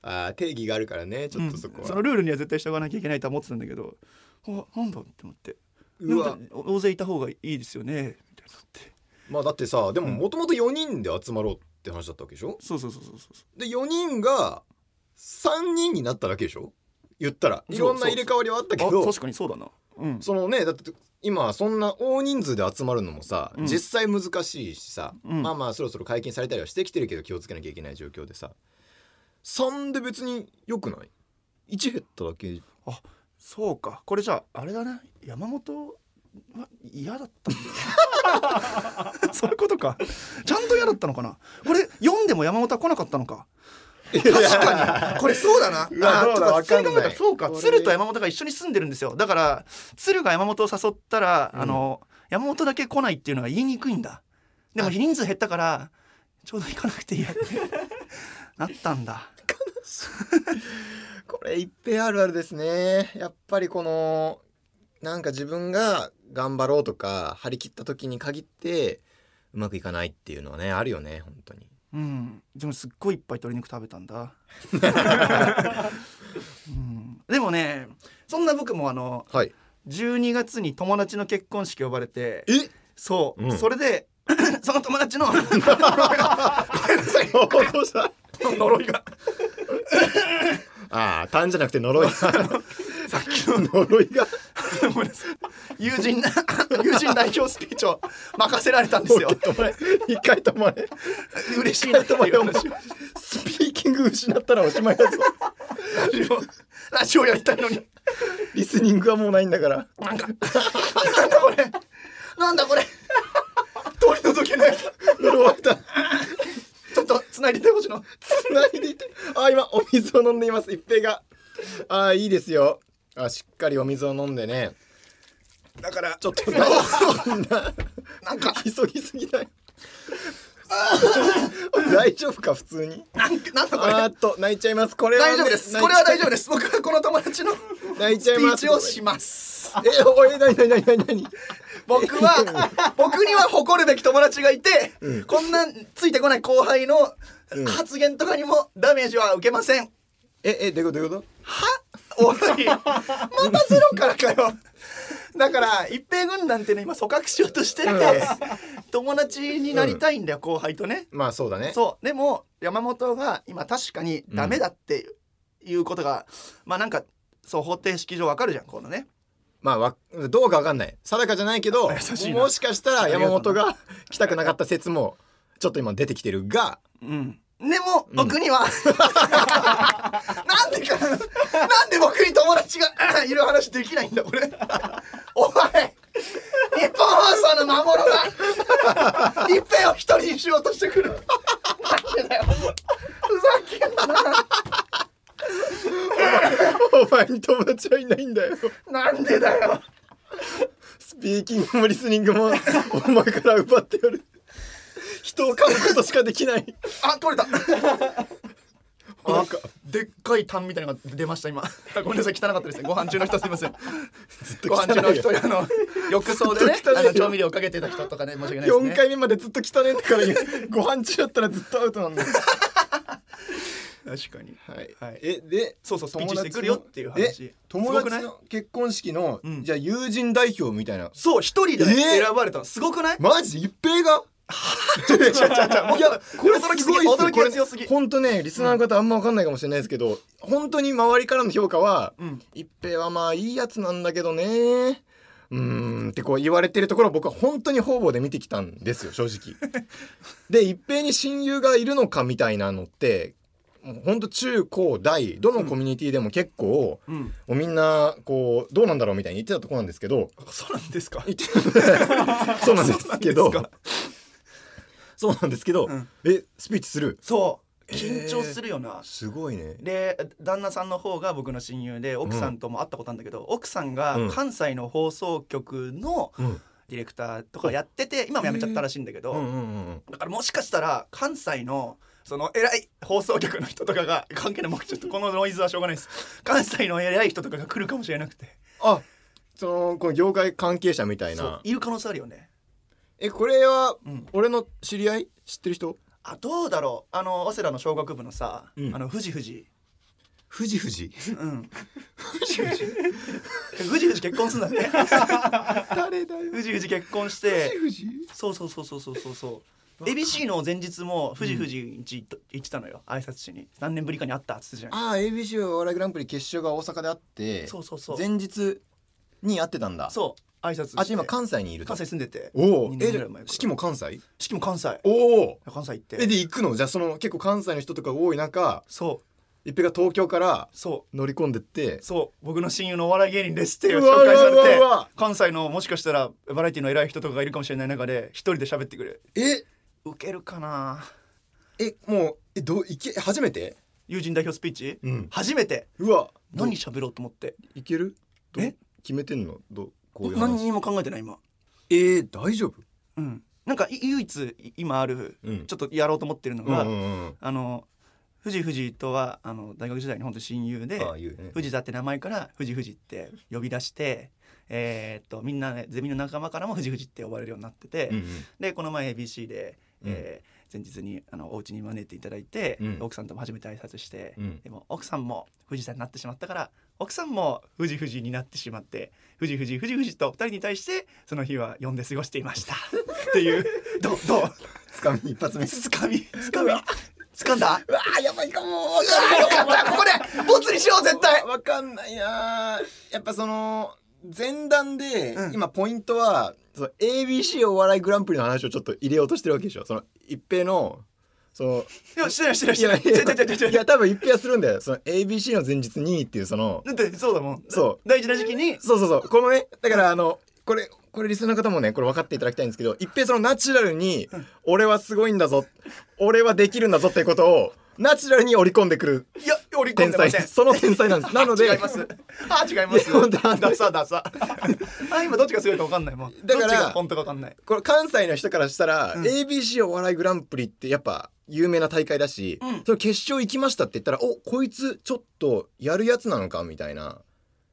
Speaker 1: あー定義があるからねちょっとそこ
Speaker 2: うん
Speaker 1: は、
Speaker 2: そのルールには絶対従わなきゃいけないとは思ってたんだけどあなんだって思ってで
Speaker 1: うわ
Speaker 2: も大勢いた方がいいですよねみたいになって
Speaker 1: まあだってさでももともと4人で集まろうって話だったわけでしょ
Speaker 2: そうそうそうそうそう
Speaker 1: で4人が3人になっただけでしょ言ったら
Speaker 2: そう
Speaker 1: いろんな入れ替わりはあったけ
Speaker 2: あ
Speaker 1: ど
Speaker 2: 確かにそうだなうん
Speaker 1: そのねだって今そんな大人数で集まるのもさ、
Speaker 2: うん
Speaker 1: 実際難しいしさ、
Speaker 2: うん
Speaker 1: まあまあそろそろ解禁されたりはしてきてるけど気をつけなきゃいけない状況でさ3で別によくない ?1 減っただ け
Speaker 2: そうかこれじゃああれだね山本は嫌だったんだ そういうことかちゃんと嫌だったのかなこれ読んでも山本は来なかったのか確かにこれそう だな
Speaker 1: うわ
Speaker 2: あー
Speaker 1: どうだ
Speaker 2: と
Speaker 1: わ
Speaker 2: そ
Speaker 1: か
Speaker 2: うん
Speaker 1: ない
Speaker 2: 考えたらそうか
Speaker 1: これ
Speaker 2: 鶴と山本が一緒に住んでるんですよだから鶴が山本を誘ったら、
Speaker 1: うん
Speaker 2: あの山本だけ来ないっていうのは言いにくいんだでも
Speaker 1: あ
Speaker 2: 人数減ったからちょうど行かなくていいやって なったんだ
Speaker 1: これ一平あるあるですねやっぱりこのなんか自分が頑張ろうとか張り切った時に限ってうまくいかないっていうのはねあるよね本当に
Speaker 2: うん、でもすっごいいっぱい鶏肉食べた んだ、うん、でもねそんな僕もあの
Speaker 1: はい
Speaker 2: 12月に友達の結婚式呼ばれて
Speaker 1: え
Speaker 2: そう、
Speaker 1: うん
Speaker 2: それで その友達の
Speaker 1: どうした
Speaker 2: 呪いが
Speaker 1: ああ単じゃなくて呪い さっきの呪いが
Speaker 2: ごめんなさい友人 友人代表スピーチを任せられたんです よ
Speaker 1: 止まれ一回止まれ
Speaker 2: 嬉しいなっていう話を
Speaker 1: スピーキング失ったらおしまいだぞ
Speaker 2: ラジオラジオやりたいのに
Speaker 1: リスニングはもうないんだから
Speaker 2: なんかなんだこれなんだこれ取り除けない
Speaker 1: 呪われた
Speaker 2: ちょっと繋いでてほしいの
Speaker 1: 繋いでいてあー今お水を飲んでいます一平があーいいですよあーしっかりお水を飲んで ね
Speaker 2: だから
Speaker 1: ちょっとなんか急ぎすぎない 大丈夫か普通に
Speaker 2: なんかなんだこれ
Speaker 1: あーっと泣いちゃいますこれは
Speaker 2: 大丈夫です
Speaker 1: 泣いちゃ
Speaker 2: これは大丈夫です僕はこの友達の
Speaker 1: 泣いち
Speaker 2: ス
Speaker 1: ゃい
Speaker 2: ピ
Speaker 1: ま
Speaker 2: ー
Speaker 1: す
Speaker 2: チをします
Speaker 1: えおいなになになになに
Speaker 2: 僕は僕には誇るべき友達がいて、こんなついてこない後輩の発言とかにもダメージは受けません。
Speaker 1: ええどういうことどういうこと
Speaker 2: はおいまたゼロからかよだから一平軍団ってね今組閣しようとしてて、
Speaker 1: うん
Speaker 2: 友達になりたいんだよ、後輩とね
Speaker 1: まあそうだね
Speaker 2: そうでも山本が今確かにダメだっていうことが、まあなんかそう方程式上わかるじゃんこのね
Speaker 1: まあわどうかわかんない定かじゃないけど
Speaker 2: 優しいな
Speaker 1: もしかしたら山本
Speaker 2: あ
Speaker 1: が 来たくなかった説もちょっと今出てきてるが
Speaker 2: うんでも、僕 にはなんでかななんで僕に友達がいる話できないんだ俺お前日本放送の魔物が一平を一人にしようとしてくるなんでだよふざけん
Speaker 1: お前に友達はいないんだよ
Speaker 2: ななんでだよ
Speaker 1: スピーキングもリスニングもお前から奪ってやる人を噛むことしかできない
Speaker 2: あ取れたなんかでっかい痰みたいなのが出ました今ごめんなさい汚かったですねご飯中の人す いません
Speaker 1: と汚
Speaker 2: ご
Speaker 1: い
Speaker 2: 飯中の人あ の浴槽でね
Speaker 1: ずっと汚い
Speaker 2: あの調味料かけてた人とかね申し訳ないですね
Speaker 1: 4回目までずっと汚ねってから言う ご飯中だったらずっとアウトなんだよ
Speaker 2: 確かに
Speaker 1: はい、
Speaker 2: はい
Speaker 1: えで
Speaker 2: そうそうスピー
Speaker 1: 友
Speaker 2: チ
Speaker 1: 達の
Speaker 2: してくるよっていう話
Speaker 1: え
Speaker 2: す
Speaker 1: 友
Speaker 2: ごくな
Speaker 1: 達
Speaker 2: い
Speaker 1: の結婚式の、
Speaker 2: ん
Speaker 1: じゃあ友人代表みたいな
Speaker 2: そう一人で
Speaker 1: えー
Speaker 2: 選ばれたのすごくない、
Speaker 1: マジ一平 が
Speaker 2: いや
Speaker 1: これす
Speaker 2: 驚きすぎ
Speaker 1: ごいっす
Speaker 2: 驚
Speaker 1: よ
Speaker 2: きが強すぎ
Speaker 1: これ本当ねリスナーの方あんま分かんないかもしれないですけど、本当に周りからの評価は、
Speaker 2: うん
Speaker 1: 一平はまあいいやつなんだけどねうーんってこう言われてるところを僕は本当に方々で見てきたんですよ正 直で一平に親友がいるのかみたいなのってもう本当中高大どのコミュニティでも結構、
Speaker 2: うん
Speaker 1: もうみんなこうどうなんだろうみたいに言ってたところなんですけ ど
Speaker 2: そうなんですか
Speaker 1: 言ってそうなんですけど
Speaker 2: そうなんですか
Speaker 1: そうなんですけど、
Speaker 2: うん
Speaker 1: えスピーチする
Speaker 2: そう緊張するよな、
Speaker 1: すごいね
Speaker 2: で旦那さんの方が僕の親友で奥さんとも会ったことあるんだけど、奥さん
Speaker 1: う
Speaker 2: が
Speaker 1: ん
Speaker 2: 関西の放送局の
Speaker 1: うん
Speaker 2: ディレクターとかやってて今も辞めちゃったらしいんだけど、
Speaker 1: うんうんうん
Speaker 2: だからもしかしたら関西のその偉い放送局の人とかが関係ないもうちょっとこのノイズはしょうがないです関西の偉い人とかが来るかもしれなくて
Speaker 1: あそのこの業界関係者みたい
Speaker 2: そう
Speaker 1: ない
Speaker 2: る可能性あるよね
Speaker 1: えこれは
Speaker 2: うん
Speaker 1: 俺の知り合い知ってる人
Speaker 2: あどうだろうあの早稲田の小学部のさ、
Speaker 1: うん
Speaker 2: あの富士富士
Speaker 1: 富士富士
Speaker 2: うん富士富士富士富士結婚するんだね
Speaker 1: 誰だよ
Speaker 2: 富士富士結婚して
Speaker 1: 富士
Speaker 2: そうそうそうそうそうそうそう。ABC の前日も富士富士んち行っ行ってたのよ、挨拶しに何年ぶりかに会ったっつってたじゃん
Speaker 1: ああ ABC お笑いグランプリ決勝が大阪であって
Speaker 2: そうそうそう
Speaker 1: 前日に会ってたんだ
Speaker 2: そう挨拶して
Speaker 1: あじゃあ今関西にいると
Speaker 2: 関西住んでて
Speaker 1: おお
Speaker 2: 二
Speaker 1: え
Speaker 2: 年
Speaker 1: じゃ
Speaker 2: ぐら
Speaker 1: あ
Speaker 2: い前から
Speaker 1: 式も関西
Speaker 2: 式も関西
Speaker 1: おお
Speaker 2: 関西行って
Speaker 1: えで行くのじゃあその結構関西の人とか多い中
Speaker 2: そう
Speaker 1: 一平が東京から
Speaker 2: そう
Speaker 1: 乗り込んでって
Speaker 2: そう僕の親友のお笑い芸人ですってい
Speaker 1: う
Speaker 2: う紹
Speaker 1: わ
Speaker 2: 介され
Speaker 1: う
Speaker 2: て
Speaker 1: わうわうわ
Speaker 2: 関西のもしかしたらバラエティの偉い人とかがいるかもしれない中で一人で喋ってくる
Speaker 1: え
Speaker 2: ウケるかな
Speaker 1: えもうえどういけ初めて
Speaker 2: 友人代表スピーチ、
Speaker 1: うん
Speaker 2: 初めて
Speaker 1: うわ
Speaker 2: 何喋ろうと思って
Speaker 1: いけるどう
Speaker 2: え
Speaker 1: 決めてんのどうこういう
Speaker 2: 何
Speaker 1: 話
Speaker 2: にも考えてない今
Speaker 1: えー、大丈夫
Speaker 2: うんなんかい唯一い今ある、
Speaker 1: うん
Speaker 2: ちょっとやろうと思ってるの
Speaker 1: う
Speaker 2: が、
Speaker 1: んうんうん
Speaker 2: あの藤藤とはあの大学時代に本当親友で
Speaker 1: ああ言うね
Speaker 2: 藤田って名前から藤藤って呼び出して、えーっとみんな、ね、ゼミの仲間からも藤藤って呼ばれるようになってて、
Speaker 1: うん
Speaker 2: でこの前 ABC で、えー前日にあのお家に招いていただいて、
Speaker 1: うん
Speaker 2: 奥さんとも初めて挨拶して、
Speaker 1: うん
Speaker 2: でも奥さんも藤田になってしまったから奥さんも藤藤になってしまって藤藤藤藤と二人に対してその日は呼んで過ごしていま したっていうどうどう
Speaker 1: つかみ一発目
Speaker 2: つかみつかみつかんだ
Speaker 1: うわーやばいかもわ
Speaker 2: よかったここでボツにしよう絶対
Speaker 1: わかんないなーやっぱその前段で、
Speaker 2: うん
Speaker 1: 今ポイントはその ABC お笑いグランプリの話をちょっと入れようとしてるわけでしょその一平のその
Speaker 2: いやしてないしてない
Speaker 1: い
Speaker 2: して
Speaker 1: や
Speaker 2: ない
Speaker 1: い
Speaker 2: ちょいちょいちょいちょ
Speaker 1: や
Speaker 2: い
Speaker 1: いや多分一平はするんだよその ABC の前日にっていうその
Speaker 2: だってそうだもん
Speaker 1: そう
Speaker 2: 大事な時期に
Speaker 1: そうそうそうこのねだからあのこれこれリスナーの方もねこれ分かっていただきたいんですけど一平そのナチュラルに「俺はすごいんだぞ俺はできるんだぞ」っていうことをナチュラルに織り込んでくる
Speaker 2: いや織り込
Speaker 1: 天
Speaker 2: んでま
Speaker 1: 才
Speaker 2: せん
Speaker 1: その天才なんですなので
Speaker 2: 違いますあ違いま
Speaker 1: いや本当
Speaker 2: すダサダサあ今どっちが強いか分かんないもん
Speaker 1: だから
Speaker 2: どっちが本当か分かんない
Speaker 1: これ関西の人からしたら、
Speaker 2: うん
Speaker 1: ABC お笑いグランプリってやっぱ有名な大会だし、
Speaker 2: うん
Speaker 1: その決勝行きましたって言ったら「おこいつちょっとやるやつなのか」みたいな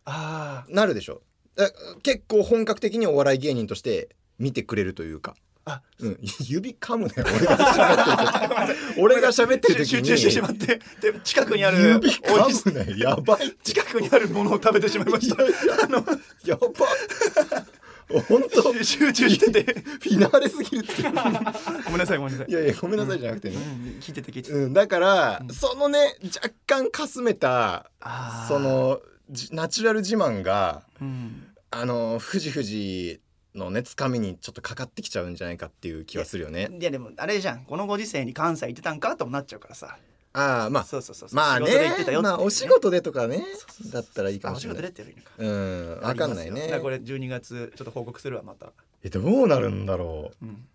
Speaker 2: あ
Speaker 1: なるでしょえ結構本格的にお笑い芸人として見てくれるというか。
Speaker 2: あ
Speaker 1: うん、 指噛むね俺が 喋ってる時俺が喋ってる時
Speaker 2: 集
Speaker 1: に
Speaker 2: 中してしまってで近くにある
Speaker 1: 指噛むねやばい
Speaker 2: 近くにあるものを食べてしまいましたあの
Speaker 1: やば い本当フ
Speaker 2: 集中してて
Speaker 1: ィナーレすぎる って
Speaker 2: ごめんなさいごめんなさい
Speaker 1: いやいやごめんなさいじゃなくてね、
Speaker 2: うん聞いてて聞いてて
Speaker 1: うん、だから、そのね若干かすめた
Speaker 2: あー
Speaker 1: そのじナチュラル自慢が
Speaker 2: うん
Speaker 1: あの富士富士のねつかみにちょっとかかってきちゃうんじゃないかっていう気はするよね。
Speaker 2: いやでもあれじゃんこのご時世に関西行ってたんかともなっちゃうからさ
Speaker 1: ああまあ
Speaker 2: そうそうそうそう
Speaker 1: まあ
Speaker 2: 仕事で行
Speaker 1: ね
Speaker 2: ってたよっていうね
Speaker 1: まあお仕事でとかねだったらいいか
Speaker 2: あ
Speaker 1: も
Speaker 2: お
Speaker 1: し
Speaker 2: 仕
Speaker 1: れ
Speaker 2: 事
Speaker 1: な
Speaker 2: で
Speaker 1: い。
Speaker 2: っていうのか
Speaker 1: うんわかんない
Speaker 2: ありますよだ
Speaker 1: ね
Speaker 2: らこれ12月ちょっと報告するわまた
Speaker 1: えどうなるんだろう
Speaker 2: うん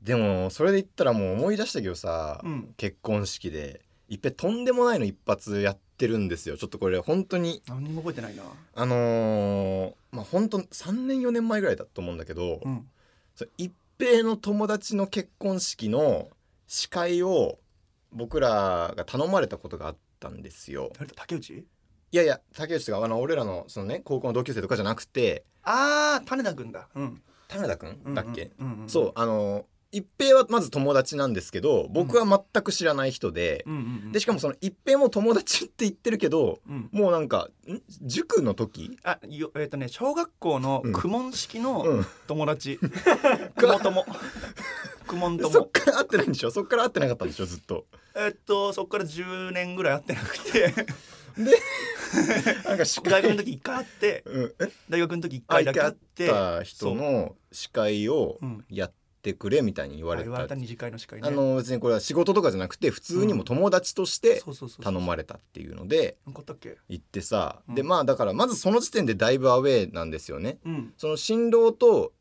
Speaker 1: でもそれで言ったらもう思い出したけどさ、
Speaker 2: うん
Speaker 1: 結婚式でいっぺんとんでもないの一発やってるんですよちょっとこれ本当に
Speaker 2: 何にも覚えてないな
Speaker 1: あのーまあ本当3年4年前ぐらいだと思うんだけど、
Speaker 2: うん
Speaker 1: その一平の友達の結婚式の司会を僕らが頼まれたことがあったんですよ。
Speaker 2: 誰だ竹内
Speaker 1: いやいや竹内があの俺らのそのね高校の同級生とかじゃなくて
Speaker 2: ああ種田君だうん
Speaker 1: 田村く
Speaker 2: うんん
Speaker 1: だっけ、
Speaker 2: うんうんうん
Speaker 1: そうあの一平はまず友達なんですけど僕は全く知らない人で、
Speaker 2: うんうんうん
Speaker 1: でしかもその一平も友達って言ってるけど
Speaker 2: うん
Speaker 1: もうなんかん塾の時
Speaker 2: あよえっとね小学校の
Speaker 1: うん
Speaker 2: 公文式
Speaker 1: う
Speaker 2: の
Speaker 1: ん
Speaker 2: 友 達公文 友公文
Speaker 1: そっ
Speaker 2: 友
Speaker 1: から会ってないんでしょそっから会ってなかったんでしょずっと。
Speaker 2: えっとそっから10年ぐらい会ってなくて
Speaker 1: なんか司会
Speaker 2: 大学の時一回会って
Speaker 1: うん
Speaker 2: 大学の時一
Speaker 1: あ
Speaker 2: 回
Speaker 1: 一
Speaker 2: だ
Speaker 1: 回
Speaker 2: け
Speaker 1: 会
Speaker 2: 会
Speaker 1: っ
Speaker 2: って
Speaker 1: た人の司会を
Speaker 2: うん
Speaker 1: やってくれみたいに言われ
Speaker 2: 言われ
Speaker 1: た
Speaker 2: た二次会の司会ね
Speaker 1: あの別にこれは仕事とかじゃなくて普通にも友達として
Speaker 2: そうそうそう
Speaker 1: 頼まれたっていうので
Speaker 2: なんかあったっけ
Speaker 1: 行ってさ
Speaker 2: うん
Speaker 1: でまあだからまずその時点でだいぶアウェーなんですよね。
Speaker 2: うん
Speaker 1: その新郎と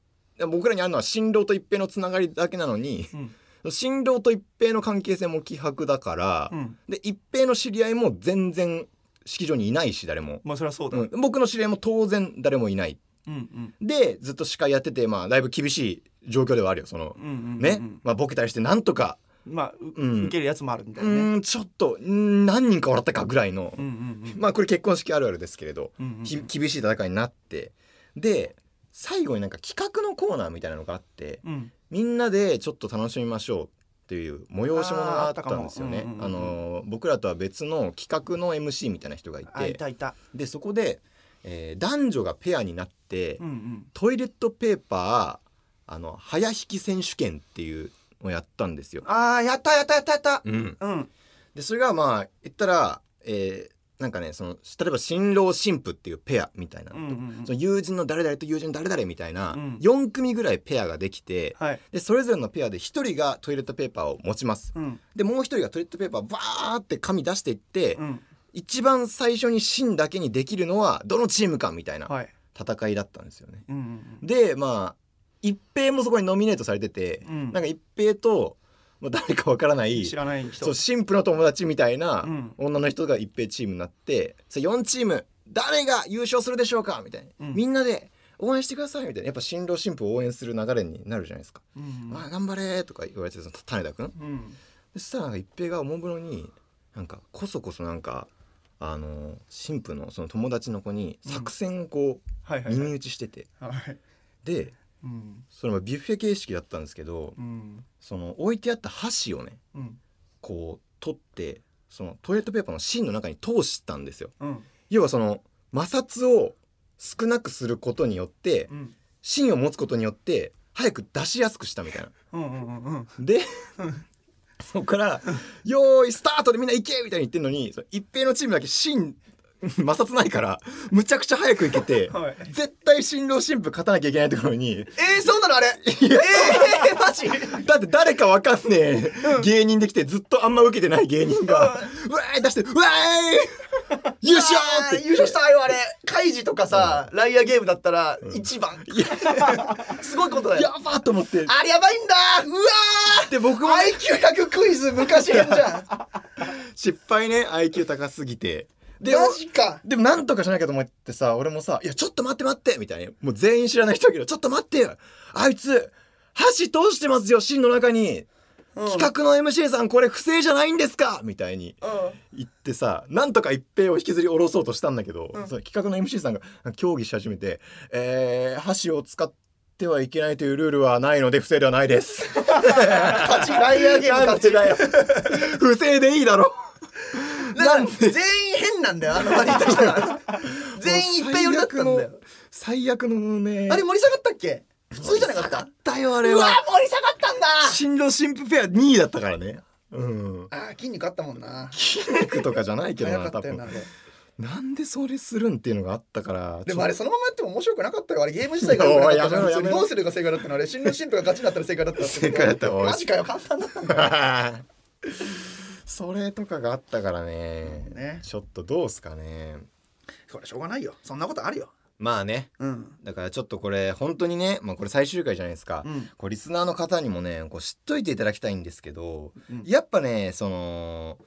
Speaker 1: 僕らにあるのは新郎と一平のつながりだけなのに
Speaker 2: うん
Speaker 1: 新郎と一平の関係性も希薄だから、
Speaker 2: うん
Speaker 1: で一平の知り合いも全然式場にいないし誰も、
Speaker 2: まあそりゃそうだ
Speaker 1: うん、僕の知り合いも当然誰もいない
Speaker 2: うんうん
Speaker 1: でずっと司会やっててまあだいぶ厳しい状況ではあるよその
Speaker 2: うんうんうん
Speaker 1: ね、まあ、ボケたりしてなんとか
Speaker 2: まあう
Speaker 1: うん
Speaker 2: 受けるやつもあるみ
Speaker 1: う
Speaker 2: たいなね
Speaker 1: ーんちょっとうーん何人か笑ったかぐらいの、
Speaker 2: うんうんうん
Speaker 1: まあこれ結婚式あるあるですけれど、
Speaker 2: うんうん
Speaker 1: き厳しい戦いになってで最後になんか企画のコーナーみたいなのがあって
Speaker 2: うん
Speaker 1: みんなでちょっと楽しみましょうっていう催し物があったんですよ
Speaker 2: あーあっ
Speaker 1: ね
Speaker 2: たかもうんうんうん
Speaker 1: あの僕らとは別の企画の MC みたいな人がい
Speaker 2: あい
Speaker 1: て
Speaker 2: たいた
Speaker 1: でそこで、えー男女がペアになって、
Speaker 2: うんうん
Speaker 1: トイレットペーパーあの早引き選手権っていうのをやったんですよ。
Speaker 2: あーやったやったやったやった
Speaker 1: うん、
Speaker 2: うん
Speaker 1: でそれがまあ言ったら、えーなんかねその例えば新郎新婦っていうペアみたいなの
Speaker 2: う
Speaker 1: と、
Speaker 2: んうん
Speaker 1: その友人の誰々と友人の誰々みたいな、
Speaker 2: うん
Speaker 1: 4組ぐらいペアができて
Speaker 2: はい
Speaker 1: でそれぞれのペアで1人がトイレットペーパーを持ちます。
Speaker 2: うん
Speaker 1: でもう1人がトイレットペーパーバーって紙出していって、
Speaker 2: うん
Speaker 1: 一番最初に芯だけにできるのはどのチームかみたいな
Speaker 2: はい
Speaker 1: 戦いだったんですよね。
Speaker 2: うんうん
Speaker 1: でまあ一平もそこにノミネートされてて、
Speaker 2: うん
Speaker 1: なんか一平と、まあ、誰かわからな
Speaker 2: うん
Speaker 1: い
Speaker 2: 知らない
Speaker 1: そ
Speaker 2: 人
Speaker 1: う新婦の友達みたいな
Speaker 2: うん
Speaker 1: 女の人が一平チームになって、それ4チーム誰が優勝するでしょうかみたいな、
Speaker 2: うん
Speaker 1: みんなで応援してくださいみたいなやっぱ新郎新婦を応援する流れになるじゃないですか。
Speaker 2: うんうん
Speaker 1: まあ頑張れーとか言われてその種田君
Speaker 2: うん
Speaker 1: そしたらなんか一平がおもむろになんかこそこそなんかあの新婦のその友達の子に作戦をこ
Speaker 2: はいは
Speaker 1: う
Speaker 2: い
Speaker 1: 耳
Speaker 2: はい
Speaker 1: 打ちしてて、
Speaker 2: はい
Speaker 1: で
Speaker 2: うん
Speaker 1: それもビュッフェ形式だったんですけど、
Speaker 2: うん
Speaker 1: その置いてあった箸をね
Speaker 2: うん
Speaker 1: こう取ってそのトイレットペーパーの芯の中に通したんですよ
Speaker 2: うん
Speaker 1: 要はその摩擦を少なくすることによって
Speaker 2: うん
Speaker 1: 芯を持つことによって早く出しやすくしたみたいな
Speaker 2: うんうんうんうん
Speaker 1: で そこから「よーいスタート!」でみんな行けみたいに言ってるのにその一平のチームだけ芯 摩擦ないからむちゃくちゃ早く行けて、
Speaker 2: はい
Speaker 1: 絶対新郎新婦勝たなきゃいけないところに
Speaker 2: えーそうなのあれええマジ
Speaker 1: だって誰かわかんねえ芸人できてずっとあんま受けてない芸人が「うわーい!」出して「うわーい!」優勝って言って
Speaker 2: 優勝したよあれカイジとかさ、ライアーゲームだったら一番、 すごいことだ
Speaker 1: や
Speaker 2: よ
Speaker 1: ばーと思って
Speaker 2: あれやばいんだうわー
Speaker 1: で僕も
Speaker 2: IQ100 クイズ昔やんじゃん
Speaker 1: 失敗ね IQ 高すぎてで
Speaker 2: マジか
Speaker 1: でもなんとかしなきゃと思ってさ俺もさ「いやちょっと待って待って」みたいなもう全員知らない人だけど「ちょっと待ってよあいつ箸通してますよ芯の中に
Speaker 2: うん
Speaker 1: 企画の MC さんこれ不正じゃないんですかみたいに言ってさなんとか一平を引きずり下ろそうとしたんだけど、
Speaker 2: うん
Speaker 1: その企画の MC さんが協議し始めて「えー箸を使ってはいけないというルールはないので不正ではな いです」勝ちライアーゲーム勝ちだよ不正でいいだろ
Speaker 4: なんか全員変なんだよあの場にいた人 が全員いっぺん寄りだったんだよ
Speaker 1: 最悪の最悪のね
Speaker 4: あれ盛り下がったっけ普通じゃなかった
Speaker 1: だよあ
Speaker 4: う
Speaker 1: れ
Speaker 4: わ
Speaker 1: は
Speaker 4: 盛り下がったんだ
Speaker 1: 新郎新婦ペア2位だったからねうん
Speaker 4: あー筋肉あったもんな
Speaker 1: 筋肉とかじゃないけど
Speaker 4: 早
Speaker 1: な
Speaker 4: か
Speaker 1: 多
Speaker 4: ったよなあ
Speaker 1: 分
Speaker 4: れ
Speaker 1: なんでそれするんっていうのがあったから
Speaker 4: でもあれそのままやっても面白くなかったよあれゲーム自体が良くなかったじゃん
Speaker 1: おいやめろや
Speaker 4: 普通
Speaker 1: め
Speaker 4: に
Speaker 1: ろ
Speaker 4: どうするが正解だったのあれ新郎新婦が勝ちになったら正解だったってこと
Speaker 1: 正解だったおい
Speaker 4: マジかよ簡単だったんだ
Speaker 1: それとかがあったからね
Speaker 4: ね
Speaker 1: ちょっとどうすかね
Speaker 4: これしょうがないよそんなことあるよ
Speaker 1: まあね
Speaker 4: うん
Speaker 1: だからちょっとこれ本当にね、まあ、これ最終回じゃないですか、
Speaker 4: うん
Speaker 1: こうリスナーの方にもねこう知っといていただきたいんですけど、
Speaker 2: うん
Speaker 1: やっぱねその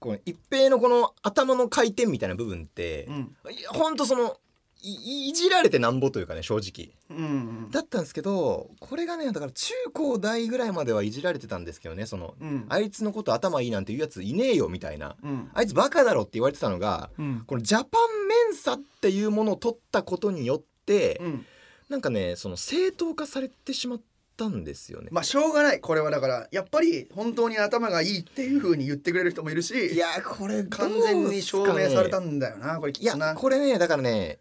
Speaker 1: この一平のこの頭の回転みたいな部分って、
Speaker 2: うん
Speaker 1: いやほんとそのいいじられてなんぼというかね正直
Speaker 2: うん
Speaker 1: だったんですけどこれがねだから中高大ぐらいまではいじられてたんですけどねその、
Speaker 2: うん
Speaker 1: あいつのこと頭いいなんていうやついねえよみたいな、
Speaker 2: うん
Speaker 1: あいつバカだろって言われてたのが、
Speaker 2: うん
Speaker 1: このジャパンメンサっていうものを取ったことによって、
Speaker 2: うん
Speaker 1: なんかねその正当化されてしまったんですよね。
Speaker 4: まあしょうがないこれはだからやっぱり本当に頭がいいっていうふうに言ってくれる人もいるし
Speaker 1: いやこれ
Speaker 4: 完全に証明された
Speaker 1: ん
Speaker 4: んだよなこれき
Speaker 1: い
Speaker 4: っと
Speaker 1: や
Speaker 4: な
Speaker 1: これねだからね